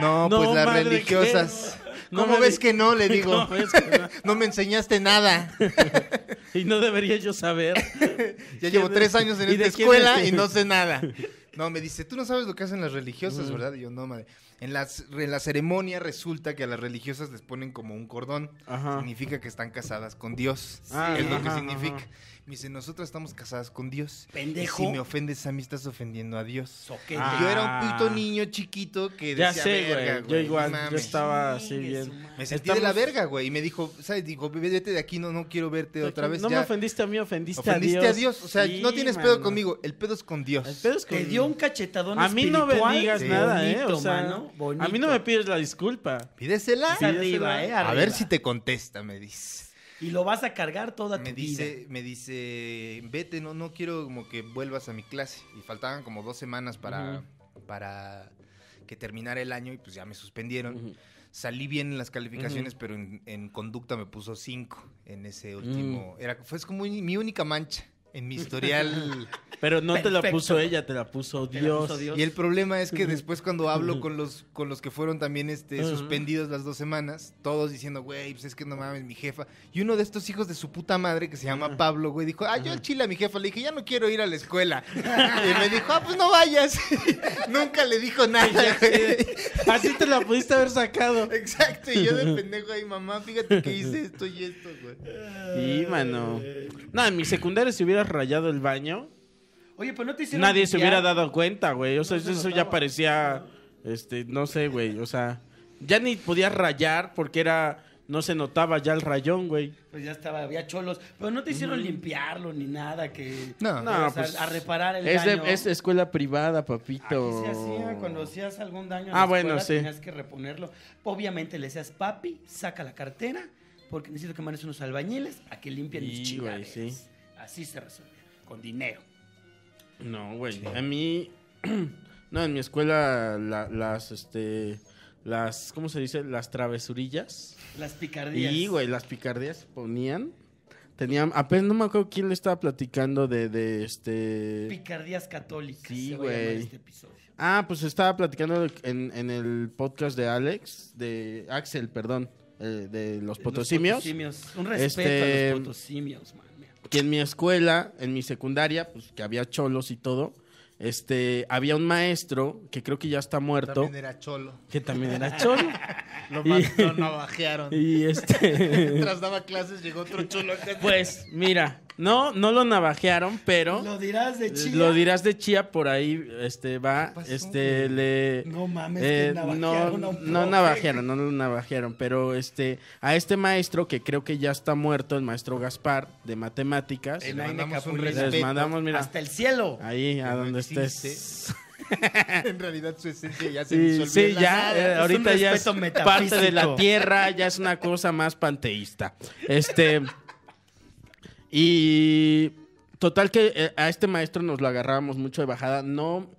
C: No,
D: No,
C: pues las
D: madre, ¿qué?
C: religiosas.
D: No
C: ¿Cómo
D: me
C: ves
D: di-
C: que no? Le digo.
D: ¿Cómo ves que no?
C: no me enseñaste nada.
D: Y no debería yo saber.
C: Ya llevo
D: ¿Quién-
C: tres años en
D: y de
C: esta
D: quién
C: escuela
D: es?
C: y no sé nada. No, me dice, tú no sabes lo que hacen las
D: Mm.
C: religiosas, ¿verdad? Y yo, no, madre. En, las, en la ceremonia resulta que a las religiosas les ponen como un cordón.
D: Ajá.
C: Significa que están casadas con Dios.
D: Ah,
C: es lo que
D: ajá,
C: significa.
D: ajá.
C: Me dice, nosotras estamos casadas con Dios.
E: Pendejo.
C: Y si me ofendes a mí, estás ofendiendo a Dios.
E: Soquete.
D: Ah.
C: Yo era un puto niño chiquito que decía,
D: Ya sé,
C: verga,
D: güey. Yo
C: güey, no
D: igual, yo
C: mames".
D: estaba así bien.
C: Me sentí de la verga, güey. Y me dijo, ¿sabes? Dijo, vete de aquí, no, no quiero verte otra vez.
D: No
C: ya.
D: me ofendiste a mí, ofendiste,
C: Ofendiste a Dios. O sea,
D: Sí,
C: no tienes
D: mano.
C: pedo conmigo. El pedo es con Dios.
D: El pedo es
E: Te
D: con-
E: dio un cachetadón
D: A mí no me
E: espiritual.
D: digas
C: Sí.
D: nada, ¿eh? O
E: Bonito,
D: sea,
E: mano, bonito.
D: a mí no me pides la disculpa.
C: Pídesela.
E: Es arriba, ¿eh?
C: A
E: Arriba.
C: ver si te contesta, me dice.
E: Y lo vas a cargar toda
C: Me
E: tu vida.
C: dice, me dice, vete, no, no quiero como que vuelvas a mi clase. Y faltaban como dos semanas para, para que terminara el año y pues ya me suspendieron. Salí bien en las calificaciones, pero en, en conducta me puso cinco en ese último. Era, fue como mi, mi única mancha en mi historial.
D: Pero no te la
E: Perfecto.
D: puso ella, te la puso
E: Te
D: Dios.
E: la puso Dios.
C: y el problema es que después cuando hablo con los, con los que fueron también este, suspendidos las dos semanas, todos diciendo, güey, pues es que no mames, mi jefa. Y uno de estos hijos de su puta madre que se llama Pablo, güey, dijo, ah, yo al chile a mi jefa le dije, ya no quiero ir a la escuela. y me dijo, ah, pues no vayas. Nunca le dijo nada, güey.
D: Así te la pudiste haber sacado.
C: Exacto, y yo de pendejo ahí, mamá, fíjate que hice esto y esto, güey.
D: Sí, mano. No, en mi secundaria si hubieras rayado el baño,
E: Oye, pues no te hicieron.
D: nadie se
E: limpiar?
D: hubiera dado cuenta, güey. O sea,
E: No se
D: eso ya
E: notaba.
D: parecía, este, no sé, güey. O sea, ya ni podías rayar porque era, no se notaba ya el rayón, güey.
E: Pues ya estaba, había cholos. Pero no te hicieron limpiarlo ni nada. que
C: No.
D: Mm. No,
E: o sea,
D: pues,
E: a reparar el
D: es, de-
E: daño.
D: es escuela privada,
E: Aquí
D: papito.
E: se hacía, cuando hacías algún daño en
D: Ah,
E: la
D: bueno,
E: escuela,
D: sí.
E: tenías que reponerlo. Obviamente le decías, papi, saca la cartera, porque necesito que mandes unos albañiles a que limpien
D: Y,
E: mis
D: güey,
E: chingaderas.
D: sí.
E: Así se resolvía, con dinero.
D: No, güey. A mí. No, en mi escuela la- las, este. Las. ¿Cómo se dice? Las travesurillas.
E: Las picardías.
D: Y, güey, las picardías se ponían. Tenía, apenas no me acuerdo quién le estaba platicando de, de este.
E: Picardías católicas.
D: Sí,
E: se va a llamar
D: güey.
E: este episodio.
D: Ah, pues estaba platicando en, en el podcast de Alex, de Axel, perdón, eh, de los potosimios.
E: Los potosimios. Un respeto
D: Este-
E: a los potosimios, man.
D: que en mi escuela, en mi secundaria, pues que había cholos y todo, este, había un maestro que creo que ya está muerto,
H: También era cholo.
D: que también era cholo.
H: Lo
D: Y-
H: mató, navajearon.
D: y este,
H: Mientras daba clases llegó otro cholo acá.
D: pues mira, no, no lo navajearon, pero
H: Lo dirás de chile.
D: lo dirás de chía por ahí, este, va,
H: pasó,
D: este, le...
H: No mames,
D: eh,
H: que navajearon
D: no,
H: a un
D: no
H: profe.
D: navajearon, no lo navajearon, pero este, a este maestro que creo que ya está muerto, el maestro Gaspar de matemáticas,
E: El
C: Le
E: Aine
C: mandamos un
E: Capulina.
D: les
C: respeto.
D: mandamos, mira,
E: Hasta el cielo.
D: Ahí, a
C: no
D: donde estés.
C: existe. En realidad su esencia ya se
D: Sí,
C: disolvió
D: sí,
C: en la
D: ya,
C: nada.
D: eh,
E: es
D: ahorita
E: un
D: ya es
E: respeto
D: parte de la
E: metafísico.
D: tierra, ya es una cosa más panteísta. Este. Y. Total que eh, a este maestro nos lo agarrábamos mucho de bajada. No.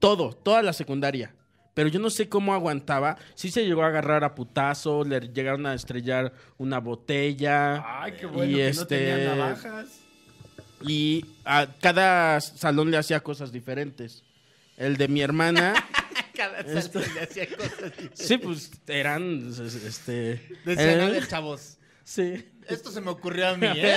D: Todo, toda la secundaria. Pero yo no sé cómo aguantaba. Sí se llegó a agarrar a putazo, le llegaron a estrellar una botella.
E: Ay, qué bueno
D: Y
E: que no
D: este-
E: tenían navajas.
D: Y a cada salón le hacía cosas diferentes. El de mi hermana.
H: Cada salto le hacía cosas.
D: Sí, pues eran es- es- este
H: Decían, a
D: eh,
H: ver, chavos,
D: sí.
H: esto se me ocurrió a mí, ¿eh?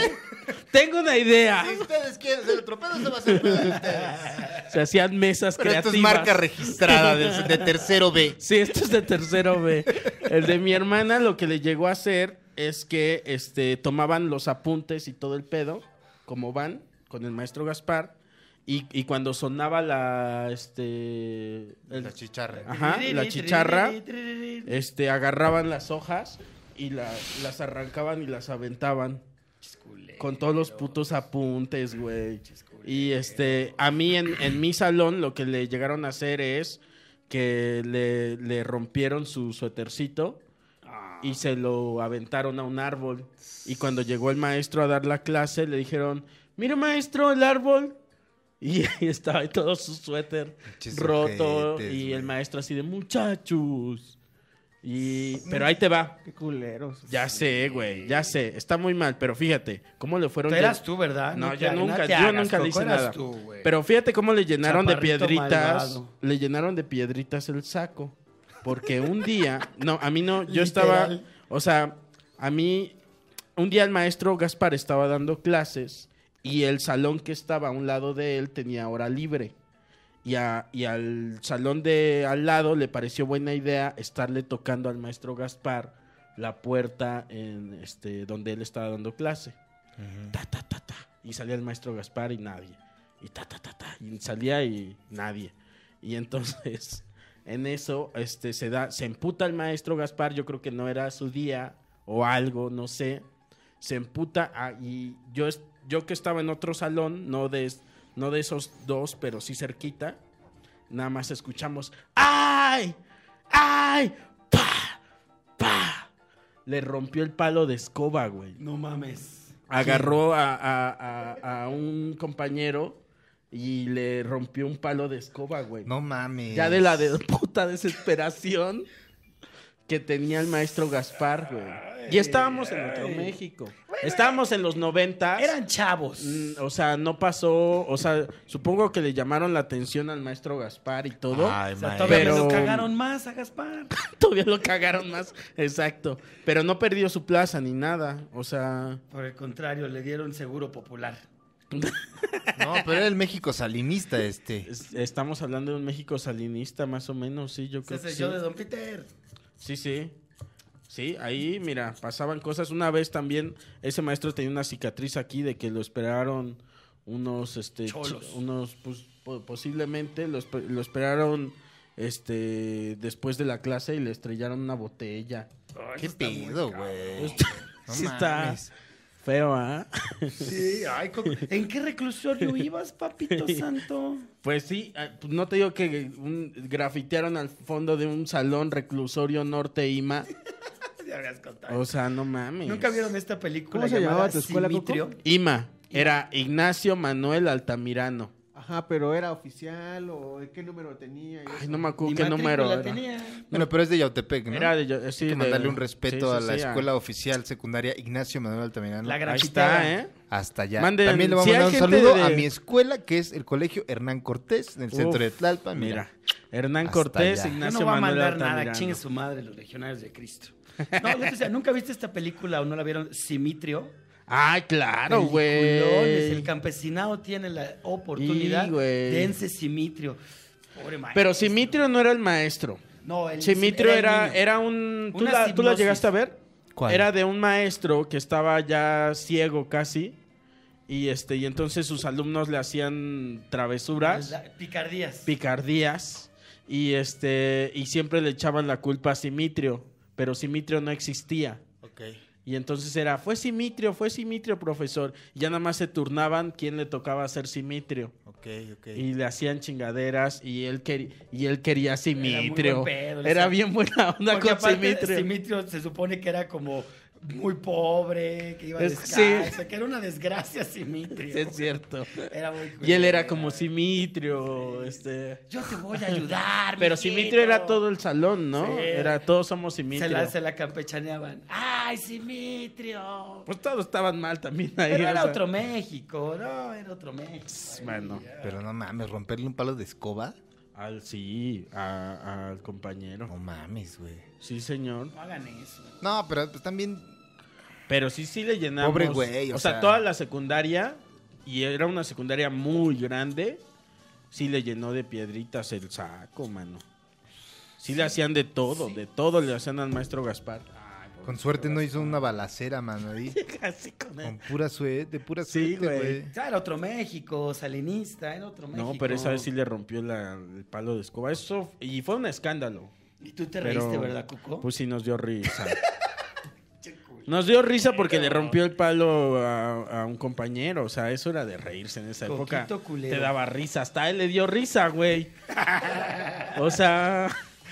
D: Tengo una idea.
H: Si ustedes quieren hacer otro pedo, se va a hacer pedo de ustedes.
D: Se hacían mesas
C: Pero esto
D: creativas.
C: es marca registrada de, de tercero B.
D: Sí, esto es de tercero B. El de mi hermana lo que le llegó a hacer es que este tomaban los apuntes y todo el pedo como van con el maestro Gaspar y, y cuando sonaba la este el-
C: La chicharra.
D: ajá, la chicharra este agarraban las hojas y la- las arrancaban y las aventaban. Con todos los putos apuntes, güey. Y este, a mí en, en mi salón lo que le llegaron a hacer es que le, le rompieron su suétercito y se lo aventaron a un árbol. Y cuando llegó el maestro a dar la clase, le dijeron, mire maestro, el árbol. Y ahí estaba ahí todo su suéter
C: Pinches
D: roto.
C: ojetes,
D: y el
C: güey.
D: maestro así de muchachos. Y, pero ahí te va.
H: Qué culeros.
D: Ya sé, güey, ya sé. Está muy mal, pero fíjate, ¿cómo le fueron...
E: Tú
D: llen-
E: eras tú, ¿verdad?
D: No,
E: te
D: yo
E: hagas-
D: nunca,
E: te
D: yo
E: hagas,
D: nunca
E: Coco,
D: le hice
E: eras
D: nada.
E: tú, güey.
D: Pero fíjate cómo le llenaron de
E: Chaparrito
D: piedritas,
E: malvado.
D: le llenaron de piedritas el saco. Porque un día, no, a mí no, yo estaba,
H: Literal.
D: o sea, a mí, un día el maestro Gaspar estaba dando clases y el salón que estaba a un lado de él tenía hora libre. Y, a- y al salón de al lado le pareció buena idea estarle tocando al maestro Gaspar la puerta en este donde él estaba dando clase. Ta, ta, ta, ta. Y salía el maestro Gaspar y nadie. Y ta, ta, ta, ta. Y salía y nadie. Y entonces, en eso, este, se da, se emputa el maestro Gaspar. Yo creo que no era su día o algo, no sé. Se emputa ah, y yo, es- yo que estaba en otro salón, no de, es- no de esos dos, pero sí cerquita, nada más escuchamos, ¡ay! ¡ay! ¡pa! ¡pa! Le rompió el palo de escoba, güey
E: No mames.
D: agarró a, a- a- a un compañero y le rompió un palo de escoba, güey.
C: No mames.
D: ya de la de puta desesperación que tenía el maestro Gaspar, güey. Y estábamos en otro México. estábamos en los 90.
E: Eran chavos.
D: O sea, Mm, no pasó. O sea, supongo que le llamaron la atención al maestro Gaspar y todo.
C: Ah.
H: Ay,
E: O sea,
H: mae.
E: todavía
D: Pero-
E: lo cagaron más a Gaspar.
D: Todavía lo cagaron más. Exacto. Pero no perdió su plaza ni nada. O sea.
E: Por el contrario, le dieron seguro popular.
C: No, pero era el México salinista este.
D: es- Estamos hablando de un México salinista, más o menos, sí, yo creo
E: Se
D: que sí.
E: selló de Don Peter.
D: Sí, sí. Sí, ahí, mira, pasaban cosas. Una vez también, ese maestro tenía una cicatriz aquí de que lo esperaron unos, este, chi-
E: Cholos.
D: unos, pues, po- posiblemente lo, espe- lo esperaron, este, después de la clase y le estrellaron una botella. Pues,
C: Qué pedo, güey. No
D: sí está
C: mames.
D: feo, ¿ah?
E: Sí, ay, Coco. ¿En qué reclusorio ibas, papito santo?
D: Pues sí, ah, pues no te digo que un- grafitearon al fondo de un salón reclusorio norte Ima.
E: Ya habías contado.
D: O sea, no mames.
E: ¿Nunca vieron esta película
H: ¿Cómo se
E: llamada
H: llamaba tu escuela, Coco?
E: Simitrio?
D: Ima, era Ignacio Manuel Altamirano.
H: Ajá, pero era oficial o qué número tenía. Y
D: Ay,
H: eso.
D: no me acuerdo
E: Ni
D: qué
E: matrícula
D: número era.
E: tenía.
C: Bueno, pero es de Yautepec, ¿no?
D: Era de yo- sí,
C: Hay que
D: de-
C: mandarle un respeto
D: sí,
C: a
D: sí,
C: la
D: sí, a-
C: escuela oficial secundaria Ignacio Manuel Altamirano.
E: La gran-
D: Ahí está,
E: Chitada.
D: ¿eh?
C: Hasta allá.
D: Manden-
C: También le voy a
D: si hay
C: mandar un
D: gente
C: saludo
D: de-
C: a mi escuela, que es el Colegio Hernán Cortés, en el centro
D: Uf,
C: de Tlalpan.
D: Mira, Hernán
C: Ah, Hasta
D: Cortés,
C: allá.
E: Yo
D: Ignacio
E: no voy a
D: Manuel
E: mandar nada,
D: Altamirano.
E: chingue su madre, los legionarios de Cristo. No, yo te decía, ¿nunca viste esta película o no la vieron? Simitrio.
D: Ay, claro,
E: Peliculones, El
D: güey.
E: campesinado tiene la oportunidad
D: Y, güey.
E: dense Simitrio. Pobre maestro.
D: Pero Simitrio no era el maestro.
E: No, el-
D: Simitrio
E: el
D: era,
E: niño.
D: era un... ¿tú
E: Una
D: la, tú la
E: hipnosis.
D: llegaste a ver?
C: ¿Cuál?
D: Era de un maestro que estaba ya ciego casi. Y, este, y entonces sus alumnos le hacían travesuras.
E: La- Picardías.
D: picardías y este y siempre le echaban la culpa a Simitrio, pero Simitrio no existía. Y entonces era, fue Simitrio, fue Simitrio, profesor. Y ya nada más se turnaban quién le tocaba hacer Simitrio.
H: Ok, ok.
D: Y le hacían chingaderas y él, queri- y él quería
E: muy buen
D: Simitrio.
E: pedo, le
D: Era
E: hacía-
D: bien buena onda
E: Porque
D: con
E: aparte,
D: Simitrio.
E: Simitrio se supone que era como muy pobre, que iba
D: Es-
E: descalzo, que era una desgracia Simitrio.
D: Sí, es cierto.
E: Era muy
D: Y él era
E: culera.
D: como Simitrio, este...
E: Yo te voy a ayudar.
D: Pero
E: mijito.
D: Simitrio era todo el salón, ¿no?
E: Sí.
D: Era todos somos
E: Se
D: Simitrio.
E: la, se la campechaneaban. ¡Ay, Simitrio!
D: Pues todos estaban mal también ahí.
E: Pero
D: o
E: era
D: sea.
E: otro México, no, era otro México.
D: Bueno,
C: Pero no mames, romperle un palo de escoba.
D: al sí, a- al compañero.
C: No mames, güey.
D: Sí, señor.
E: No hagan eso.
C: No, pero pues también.
D: Pero sí, sí le llenamos.
C: Pobre güey,
D: O,
C: o
D: sea,
C: sea.
D: toda la secundaria, y era una secundaria muy grande, sí le llenó de piedritas el saco, mano. Sí, le hacían de todo, de todo le hacían al maestro Gaspar.
C: Con suerte no hizo una balacera, mano. Ahí.
D: Así con él.
C: Con pura suerte, de pura
D: Sí,
C: suerte,
D: güey.
C: güey.
E: Ya era otro México, salinista, era otro México.
D: No, pero esa vez sí le rompió la- el palo de escoba. Eso, y fue un escándalo.
E: Y tú te
D: Pero,
E: reíste, ¿verdad, Cuco?
D: Pues sí, nos dio risa. Nos dio risa porque le rompió el palo a, a un compañero. O sea, eso era de reírse en esa
E: Coquito
D: época.
E: culero.
D: Te daba risa. Hasta él le dio risa, güey. O sea,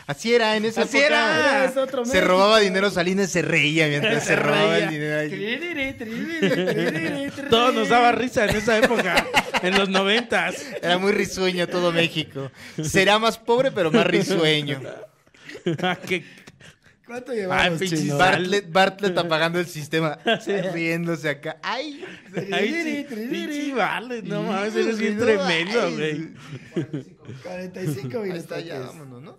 C: Así era en esa
D: Así
C: época.
D: era.
E: Es otro
C: Se
E: México.
C: robaba dinero Salinas, se reía mientras se, robaba el dinero. ahí.
E: Tiriri, tiriri, tiriri, tiriri.
D: todo nos daba risa en esa época. en los noventas.
C: Era muy risueño todo México. Será más pobre, pero más risueño.
D: Ah, Que-
E: ¿Cuánto
D: Ay,
E: llevamos,
D: pinches
E: chino?
D: bar-
C: Bartlett, Bartlett apagando el sistema, riéndose acá. ¡Ay!
D: ay, sí, pinche vale, no mames, eres bien tremendo, güey.
E: 45
C: Ahí
E: minutos.
C: está, ya vámonos, ¿no?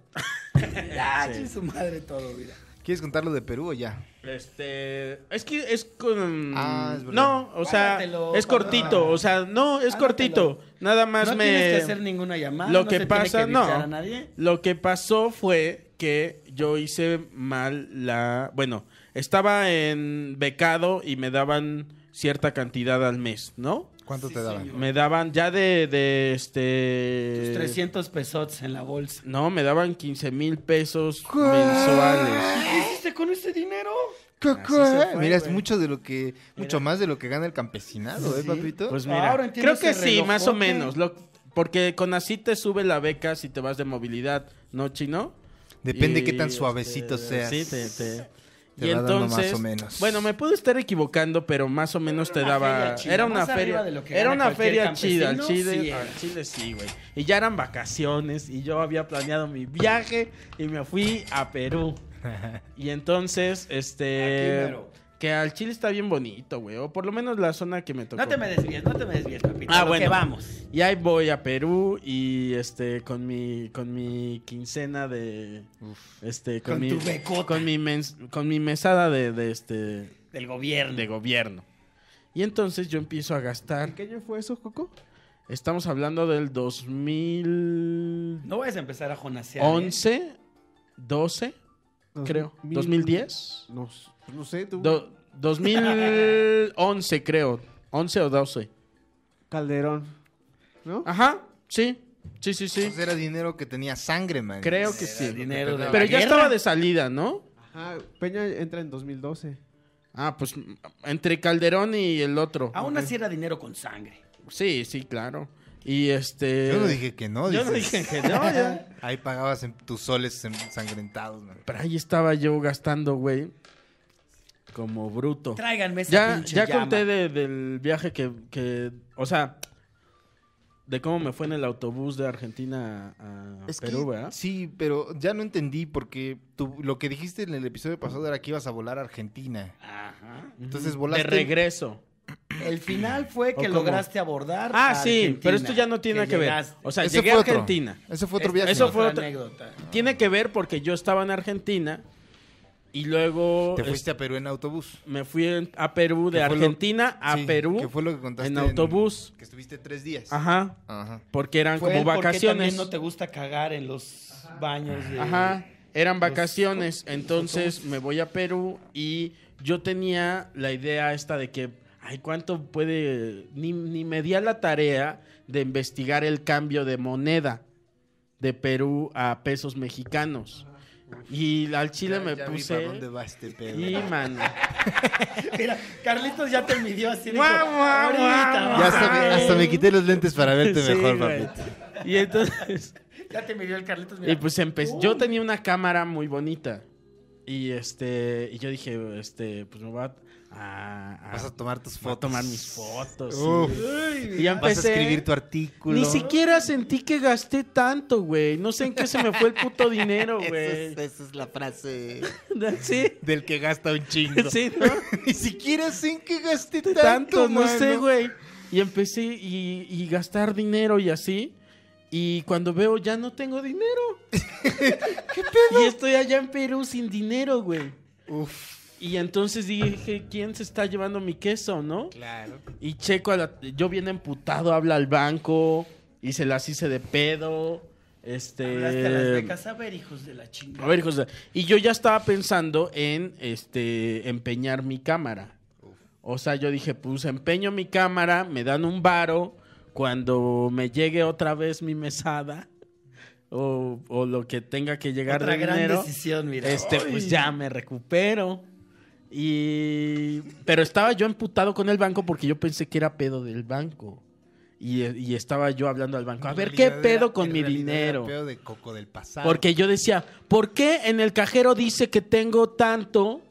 E: Ah, chin su madre todo, mira.
C: ¿Quieres contar lo de Perú o ya?
D: Este, es que es con
C: Ah, es verdad.
D: no, o sea,
E: Págatelo,
D: es cortito,
E: papá.
D: o sea, no es
E: Anótalo.
D: cortito, nada más
E: No
D: me
E: tienes que hacer ninguna llamada.
D: lo
E: no
D: que
E: se tiene
D: pasa, no. Eh.
E: avisar a nadie.
D: Lo que pasó fue que yo hice mal la. Bueno, estaba en becado y me daban cierta cantidad al mes, ¿no?
C: ¿Cuánto te daban?
D: Me daban ya de, de este.
E: Tus 300 pesos en la bolsa.
D: No, me daban 15 mil pesos mensuales.
E: ¿Qué hiciste con ese dinero?
D: se fue,
C: Mira, es
D: güey.
C: mucho de lo que, mucho más de lo que gana el campesinado, ¿eh, papito?
D: Pues mira,
E: Ah, Ahora entiendo
D: creo que
E: ese
D: sí, más o
E: relojote.
D: menos. Lo, porque con así te sube la beca si te vas de movilidad, ¿no, chino?
C: Depende
D: Y,
C: qué tan
D: este,
C: suavecito seas.
D: Sí, te, te-
C: Te
D: y
C: va dando más
D: entonces,
C: o menos.
D: Bueno, me puedo estar equivocando, pero más o menos te
E: una
D: daba.
E: feria chida,
D: era una
E: más arriba
D: feria.
E: de lo que
D: Era
E: gana
D: una
E: cualquier
D: feria chida. Al
E: campesino,
D: chile,
E: sí era.
D: al chile sí, güey. Y ya eran vacaciones y yo había planeado mi viaje y me fui a Perú. Y entonces,
E: Aquí
D: este.
E: mero.
D: Que al chile está bien bonito, güey. O por lo menos la zona que me tocó.
E: No te me desvíes, no te me desvíes, papito.
D: Ah,
E: a lo
D: bueno.
E: que vamos.
D: Y ahí voy a Perú y este con mi con mi quincena de este con,
E: Con
D: mi
E: tu becota.
D: con mi mens- con mi mesada de, de este
E: Del gobierno.
D: de gobierno. Y entonces yo empiezo a gastar.
H: ¿Qué año fue eso, Coco?
D: Estamos hablando del 2011,
E: No vayas a empezar a jonasear. ¿eh?
D: 12,
H: Dos
D: creo.
H: mil-
D: 2010.
H: No, s- pues, no sé, tú.
D: Do- 2011 creo, 11 o 12.
H: Calderón. ¿No?
D: Ajá, sí. Sí, sí, sí.
C: Entonces era dinero que tenía sangre, man.
D: Creo que
E: ¿eh?
D: sí.
E: Dinero de la
D: Pero ya
E: guerra.
D: estaba de salida, ¿no?
H: Ajá, Peña entra en 2012.
D: Ah, pues m- entre Calderón y el otro.
C: Ah.
E: Aún así era dinero con sangre.
D: Sí, sí, claro. Y este.
C: Yo no dije que no,
D: Yo no
C: dices.
D: dije que no, ya.
C: Ahí pagabas en tus soles ensangrentados, man.
D: Pero ahí estaba yo gastando, güey. Como bruto.
E: Tráiganme esa
D: Ya,
E: pinche
D: ya
E: llama.
D: conté de- del viaje que, que. O sea, de cómo me fue en el autobús de Argentina a
C: Es que-
D: Perú, ¿verdad?
C: Sí, pero ya no entendí porque tú- lo que dijiste en el episodio pasado era que ibas a volar a Argentina.
D: Ajá.
C: Entonces
D: De
C: volaste.
D: regreso.
E: El final fue
D: ¿O
E: que
D: cómo?
E: lograste abordar.
D: Ah,
E: a
D: sí,
E: Argentina,
D: pero esto ya no tiene nada que ver.
E: llegaste.
D: O sea,
C: Ese
D: llegué a
C: fue otro.
D: Argentina.
C: Ese fue otro
E: Esta
C: viaje.
D: Eso
E: es
D: fue
E: otra
D: otra-
E: anécdota.
D: Tiene que ver porque yo estaba en Argentina y luego
C: Te
D: es-
C: fuiste a Perú en autobús.
D: me fui en- a Perú, de
C: Que fue lo-
D: Argentina a
C: Sí,
D: Perú.
C: Que fue lo que contaste.
D: en autobús.
C: que estuviste tres días.
D: Ajá.
C: Ajá.
D: Porque eran
E: Fue
D: como
E: el por qué
D: vacaciones.
E: también no te gusta cagar en los baños de.
D: Ajá, eran
E: los-
D: vacaciones.
E: los
D: entonces
E: autobuses.
D: me voy a Perú y yo tenía la idea esta de que, ay, ¿cuánto puede? Ni, ni me di a la tarea de investigar el cambio de moneda de Perú a pesos mexicanos. Y al chile me puse...
C: va este
D: Y, mano.
E: Mira, Carlitos ya te midió así. dijo,
D: Guau, guau,
E: "Ahorita,
D: guau".
E: va".
C: Ya hasta me, hasta me quité los lentes para verte
D: Sí,
C: mejor,
D: güey.
C: papito.
D: Y entonces...
E: Ya te midió el Carlitos. mira.
D: Y pues empecé. Yo tenía una cámara muy bonita. Y este. Y yo dije, este, pues me voy a. a- a-
C: Vas a tomar tus
D: voy a
C: fotos.
D: tomar mis fotos. sí.
C: Uf.
D: Y ya
C: Vas a
D: empecé.
C: escribir tu artículo.
D: Ni siquiera sentí que gasté tanto, güey. No sé en qué se me fue el puto dinero, güey.
F: esa es la frase.
D: Sí,
C: Del que gasta un chingo.
D: sí, ¿no?
C: Ni siquiera sé que gasté tanto,
D: tanto, no
C: mano.
D: sé, güey. Y empecé y, y gastar dinero y así. Y cuando veo, ya no tengo dinero. Y estoy allá en Perú sin dinero, güey. Y entonces dije, ¿quién se está llevando mi queso, no?
C: Claro.
D: Y checo, a la- yo bien emputado, habla al banco y se las hice de pedo.
E: Hablaste a las
D: Este.
E: becas. A ver, hijos de la chingada.
D: A ver, José. Y yo ya estaba pensando en este empeñar mi cámara. O sea, yo dije, pues empeño mi cámara, me dan un varo. Cuando me llegue otra vez mi mesada o, o lo que tenga que llegar
E: Otra
D: de
E: gran
D: dinero,
E: decisión, mira.
D: este,
E: Ay.
D: pues ya me recupero. Y pero estaba yo emputado con el banco porque yo pensé que era pedo del banco. Y, y estaba yo hablando al banco, a ver qué pedo con mi dinero.
C: Pedo de coco del pasado.
D: Porque yo decía, ¿por qué en el cajero dice que tengo tanto,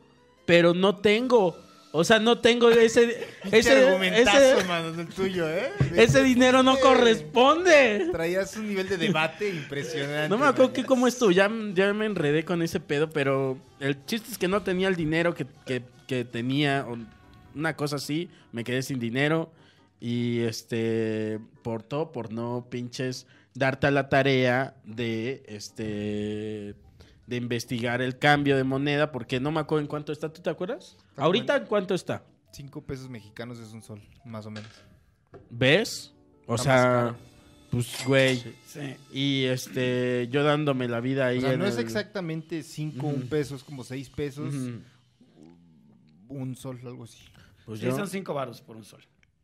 D: pero no tengo? O sea, no tengo ese
C: ese
D: ese
C: argumentazo,
D: ese,
C: mano, del tuyo, ¿eh?
D: ese dinero no
C: Sí.
D: corresponde.
C: Traías un nivel de debate impresionante.
D: No me acuerdo
C: vaya.
D: que cómo estuvo, ya, ya me enredé con ese pedo, pero el chiste es que no tenía el dinero que, que- que tenía, o una cosa así, me quedé sin dinero y este, por todo, por no pinches, darte a la tarea de, este, de investigar el cambio de moneda, porque no me acuerdo en cuánto está, ¿tú te acuerdas? Ahorita en cuánto está,
C: Cinco pesos mexicanos es un sol, más o menos.
D: ¿ves?
C: Está
D: O
C: más
D: sea,
C: caro.
D: pues güey.
E: Sí.
D: Y este, yo dándome la vida ahí.
C: O sea,
D: en
C: no es
D: el-
C: exactamente cinco
D: Ujú.
C: un pesos, como seis pesos,
D: Ujú.
C: un sol, algo así.
D: Pues
E: Sí,
D: yo-
E: son cinco varos por un sol.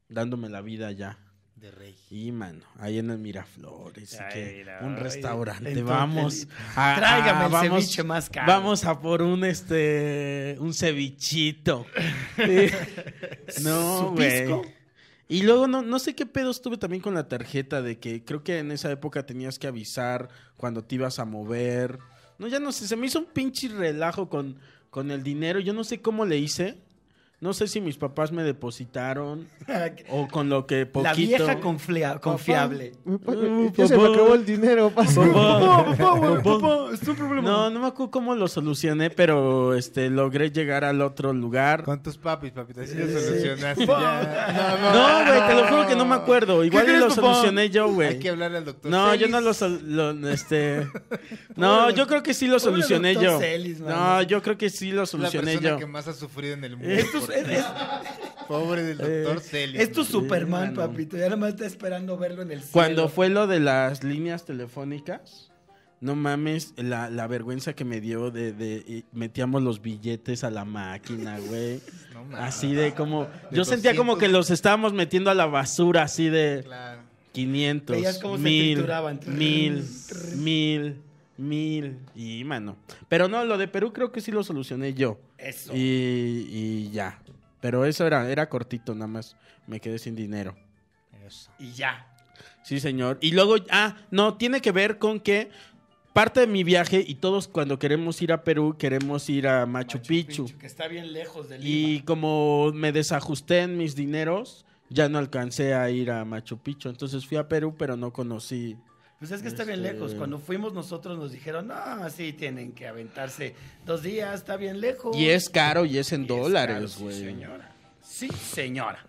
D: dándome la vida ya.
C: De rey.
D: Y mano, ahí en el Miraflores, y
E: Ay,
D: que
E: mira,
D: un
E: ay,
D: restaurante.
E: entonces,
D: vamos a,
E: Tráigame el
D: a- Ah, vamos,
E: ceviche más caro.
D: Vamos a por un este un cevichito. Sí. no, güey.
E: pisco?
D: Y luego no, no sé qué pedos tuve también con la tarjeta de que creo que en esa época tenías que avisar cuando te ibas a mover. No, ya no sé, se me hizo un pinche relajo con, con el dinero. Yo no sé cómo le hice. No sé si mis papás me depositaron o con lo que poquito.
E: La vieja conflea- confiable.
D: Uh,
H: Ya se me
D: papá.
H: acabó el dinero, papá.
D: Papá.
H: güey,
D: Papá.
H: es tu problema.
D: No, no me acuerdo cómo lo solucioné, pero este logré llegar al otro lugar.
C: Con tus papis, papito, así lo solucionaste. ya.
D: No, güey, te lo juro que no me acuerdo. Igual
C: ¿Qué
D: y lo
C: crees, papá?
D: solucioné yo,
C: Hay
D: güey.
C: que hablarle al doctor.
D: No, yo
C: Celis.
D: no lo, sol- lo- este No, yo creo que sí lo solucioné
E: doctor
D: yo.
E: Celis,
D: No,
E: mano.
D: yo creo que sí lo solucioné
C: La persona
D: yo.
C: que más ha sufrido en el mundo.
E: Es tu, es- es-
C: por- Pobre del
D: Eh,
C: doctor Celis.
E: es tu Superman,
D: mano.
E: papito. Ya nada más está esperando verlo en el cielo.
D: Cuando fue lo de las líneas telefónicas, no mames, la, la vergüenza que me dio de, de- y metíamos los billetes a la máquina, güey.
C: No mames.
D: Así de como.
C: De
D: yo sentía como
C: 200.
D: que los estábamos metiendo a la basura, así de
C: Claro.
D: 500.
E: Veías cómo se
D: mil,
E: trituraban.
D: Mil, mil, mil. Y mano. Pero no, lo de Perú creo que sí lo solucioné yo.
E: Eso.
D: Y, y ya. Pero eso era, era cortito, nada más. Me quedé sin dinero.
E: Y ya.
D: Sí, señor. Y luego, ah, no, tiene que ver con que parte de mi viaje y todos cuando queremos ir a Perú, queremos ir a Machu, Picchu.
E: Que está bien lejos de Lima.
D: Y como me desajusté en mis dineros, ya no alcancé a ir a Machu Picchu. Entonces fui a Perú, pero no conocí.
E: Pues es que está bien
D: Este-
E: lejos. Cuando fuimos nosotros nos dijeron, no, sí, tienen que aventarse dos días, está bien lejos.
D: Y es caro y es en
E: Y es caro,
D: dólares,
E: sí,
D: güey.
E: señora. Sí, señora.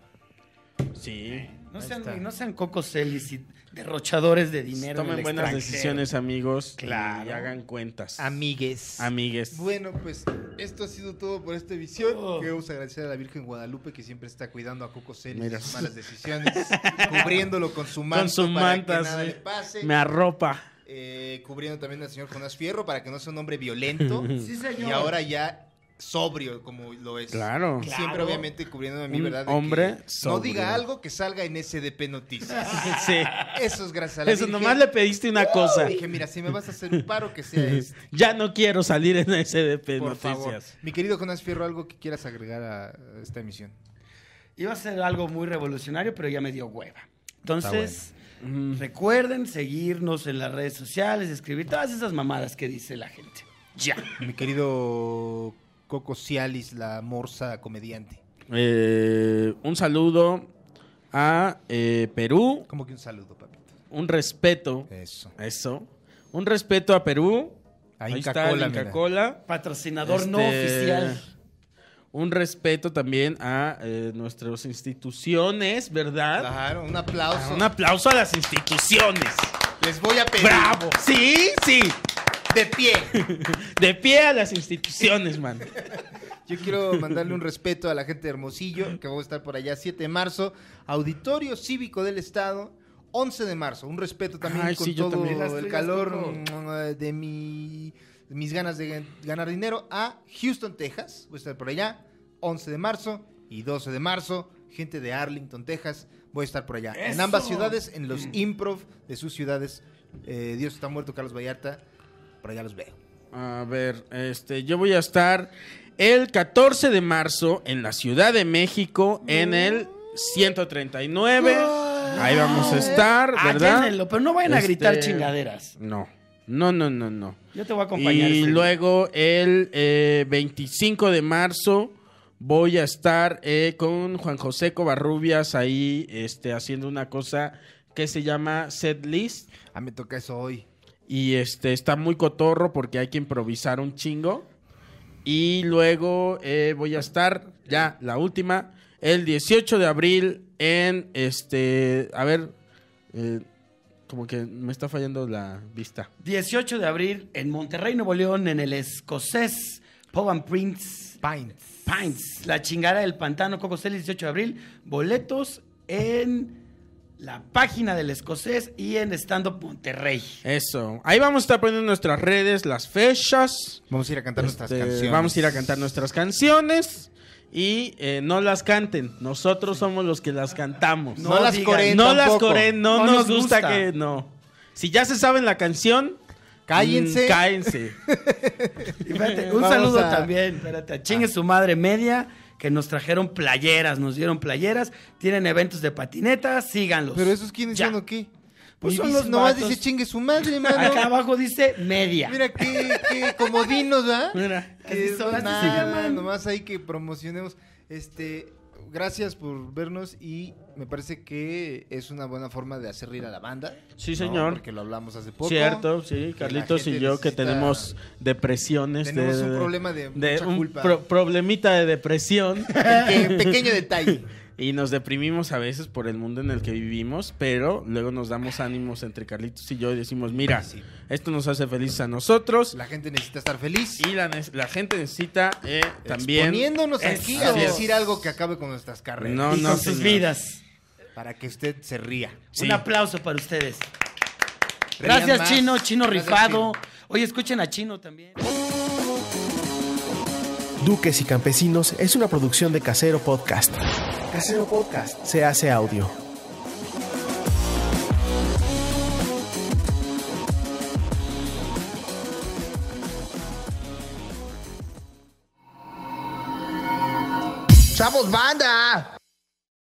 D: Sí.
E: No
D: Ahí
E: sean,
D: está.
E: no sean cocos celis y derrochadores de dinero. en
D: Tomen
E: el
D: buenas
E: extranjero.
D: decisiones, amigos.
E: Claro.
D: Y hagan cuentas.
F: Amigues.
D: Amigues.
C: Bueno, pues esto ha sido todo por esta visión.
E: Oh.
C: Queremos agradecer a la Virgen Guadalupe que siempre está cuidando a Coco Celis
D: Mira.
C: de sus malas decisiones, cubriéndolo con su manta
D: Con su
C: para
D: manta,
C: que nada
D: sí.
C: le pase,
D: Me arropa.
C: eh, cubriendo también al señor Jonás Fierro para que no sea un hombre violento
E: Sí, señor.
C: y ahora ya sobrio como lo es.
D: Claro.
C: Y Siempre
E: Claro.
C: obviamente cubriendo mi
D: Un
C: verdad. de
D: hombre
C: que no
D: sobrio.
C: diga algo que salga en SDP Noticias.
D: Sí.
C: Eso es gracias a la
D: Eso
C: Virgen.
D: nomás le pediste una cosa.
C: Dije, mira, si me vas a hacer un paro que sea este.
D: Ya no quiero salir en SDP
C: Por favor.
D: Noticias.
C: Mi querido Jonás Fierro, algo que quieras agregar a esta emisión.
E: Iba a ser algo muy revolucionario, pero ya me dio hueva. Entonces, recuerden seguirnos en las redes sociales, escribir todas esas mamadas que dice la gente. Ya.
C: Mi querido Coco Cialis, la morsa comediante.
D: Eh, un saludo a eh, Perú.
C: Como que un saludo, papito.
D: Un respeto.
C: Eso.
D: Eso. Un respeto a Perú.
C: A
D: Ahí
C: Inca
D: está el
C: Kola,
D: Inca
C: mira.
D: Kola.
E: Patrocinador no
D: Este,
E: oficial.
D: Un respeto también a eh, nuestras instituciones, ¿verdad?
C: Claro, un aplauso.
D: Un aplauso a las instituciones.
C: Les voy a pedir
D: ¡Bravo! Sí, sí.
C: de pie.
D: De pie a las instituciones, man.
C: Yo quiero mandarle un respeto a la gente de Hermosillo, que vamos a estar por allá 7 de marzo, Auditorio Cívico del Estado, 11 de marzo. Un respeto también
D: Ay,
C: con
D: sí, yo
C: todo
D: también. Las
C: el
E: tuyas,
C: calor
E: Coco.
C: mm, de mi- de mis ganas de gan- ganar dinero a Houston, Texas. Voy a estar por allá 11 de marzo y 12 de marzo. Gente de Arlington, Texas. Voy a estar por allá. En
E: ¡Eso!
C: ambas ciudades, en
D: Mm.
C: los improv de sus ciudades. Eh, Dios está muerto, Carlos Vallarta. Por allá los veo.
D: A ver, este, yo voy a estar el 14 de marzo en la Ciudad de México en el 139. Ahí vamos a estar,
E: Ah,
D: ¿verdad?
E: llénenlo, pero no vayan a gritar
D: Este,
E: chingaderas.
D: No, no, no, no, no.
E: Yo te voy a acompañar.
D: Y
E: ese día.
D: luego el eh, 25 de marzo voy a estar eh, con Juan José Covarrubias ahí este, haciendo una cosa que se llama set list.
C: Ah, me toca eso hoy.
D: Y este está muy cotorro porque hay que improvisar un chingo. Y luego eh, voy a estar, ya la última, el 18 de abril en este. A ver, eh, como que me está fallando la vista.
E: 18 de abril en Monterrey, Nuevo León, en el escocés Pub and Prince
C: Pines.
E: Pines. La chingada del pantano, Coco Celis, 18 de abril. Boletos en la página del escocés y en Stand Up Monterrey.
D: Eso. Ahí vamos a estar poniendo nuestras redes, las fechas.
C: Vamos a ir a cantar nuestras
D: Este,
C: canciones.
D: Vamos a ir a cantar nuestras canciones. Y eh, no las canten. Nosotros somos los que las cantamos.
C: No, las
E: digan,
C: coreen
D: No las
C: tampoco.
D: coreen,
E: No
D: no,
E: nos
D: nos, gusta,
E: gusta.
D: que no. Si ya se saben la canción,
C: Cállense.
D: mm, cállense.
E: Y espérate, un
C: Vamos
E: saludo
C: a-
E: también, espérate, a chingue su madre media, que nos trajeron playeras, nos dieron playeras, tienen eventos de patinetas, síganlos.
C: Pero esos quiénes
E: Ya.
C: son o qué?
E: Pues
C: Pues
E: son los
C: nomás
E: vatos.
C: dice chingue su madre,
E: Acá
C: mano.
E: abajo dice media.
C: Mira qué, qué comodinos, ¿verdad?
D: Mira.
C: Que
E: así son, así se
C: nada,
E: llaman.
C: Nomás ahí que promocionemos. Este, gracias por vernos y me parece que es una buena forma de hacer rir a la banda.
D: Sí,
C: ¿no?
D: señor.
C: Porque lo hablamos hace poco.
D: Cierto, sí,
C: la
D: Carlitos y
C: gente
D: yo que
C: necesita-
D: tenemos depresiones.
C: Tenemos
D: Este, de-
C: un problema de mucha
D: un
C: culpa.
D: pro- problemita de depresión.
C: Peque- pequeño detalle.
D: y nos deprimimos a veces por el mundo en el que vivimos, pero luego nos damos ánimos entre Carlitos y yo y decimos, mira,
C: Sí.
D: esto nos hace felices a nosotros.
C: La gente necesita estar feliz.
D: Y la, ne- la gente necesita eh, también...
C: Poniéndonos aquí
D: Eso.
C: a decir algo que acabe con nuestras carreras.
D: No,
E: y
D: no,
E: con sus
D: señor.
E: vidas.
C: Para que usted se ría.
D: Sí.
E: Un aplauso para ustedes.
C: Rían
E: Gracias,
C: más.
E: Chino, Chino
C: Gracias,
E: rifado.
C: Chino.
E: Oye, escuchen a Chino también.
I: Duques y Campesinos es una producción de Casero Podcast. Casero Podcast se hace audio.
C: ¡Chavos, banda!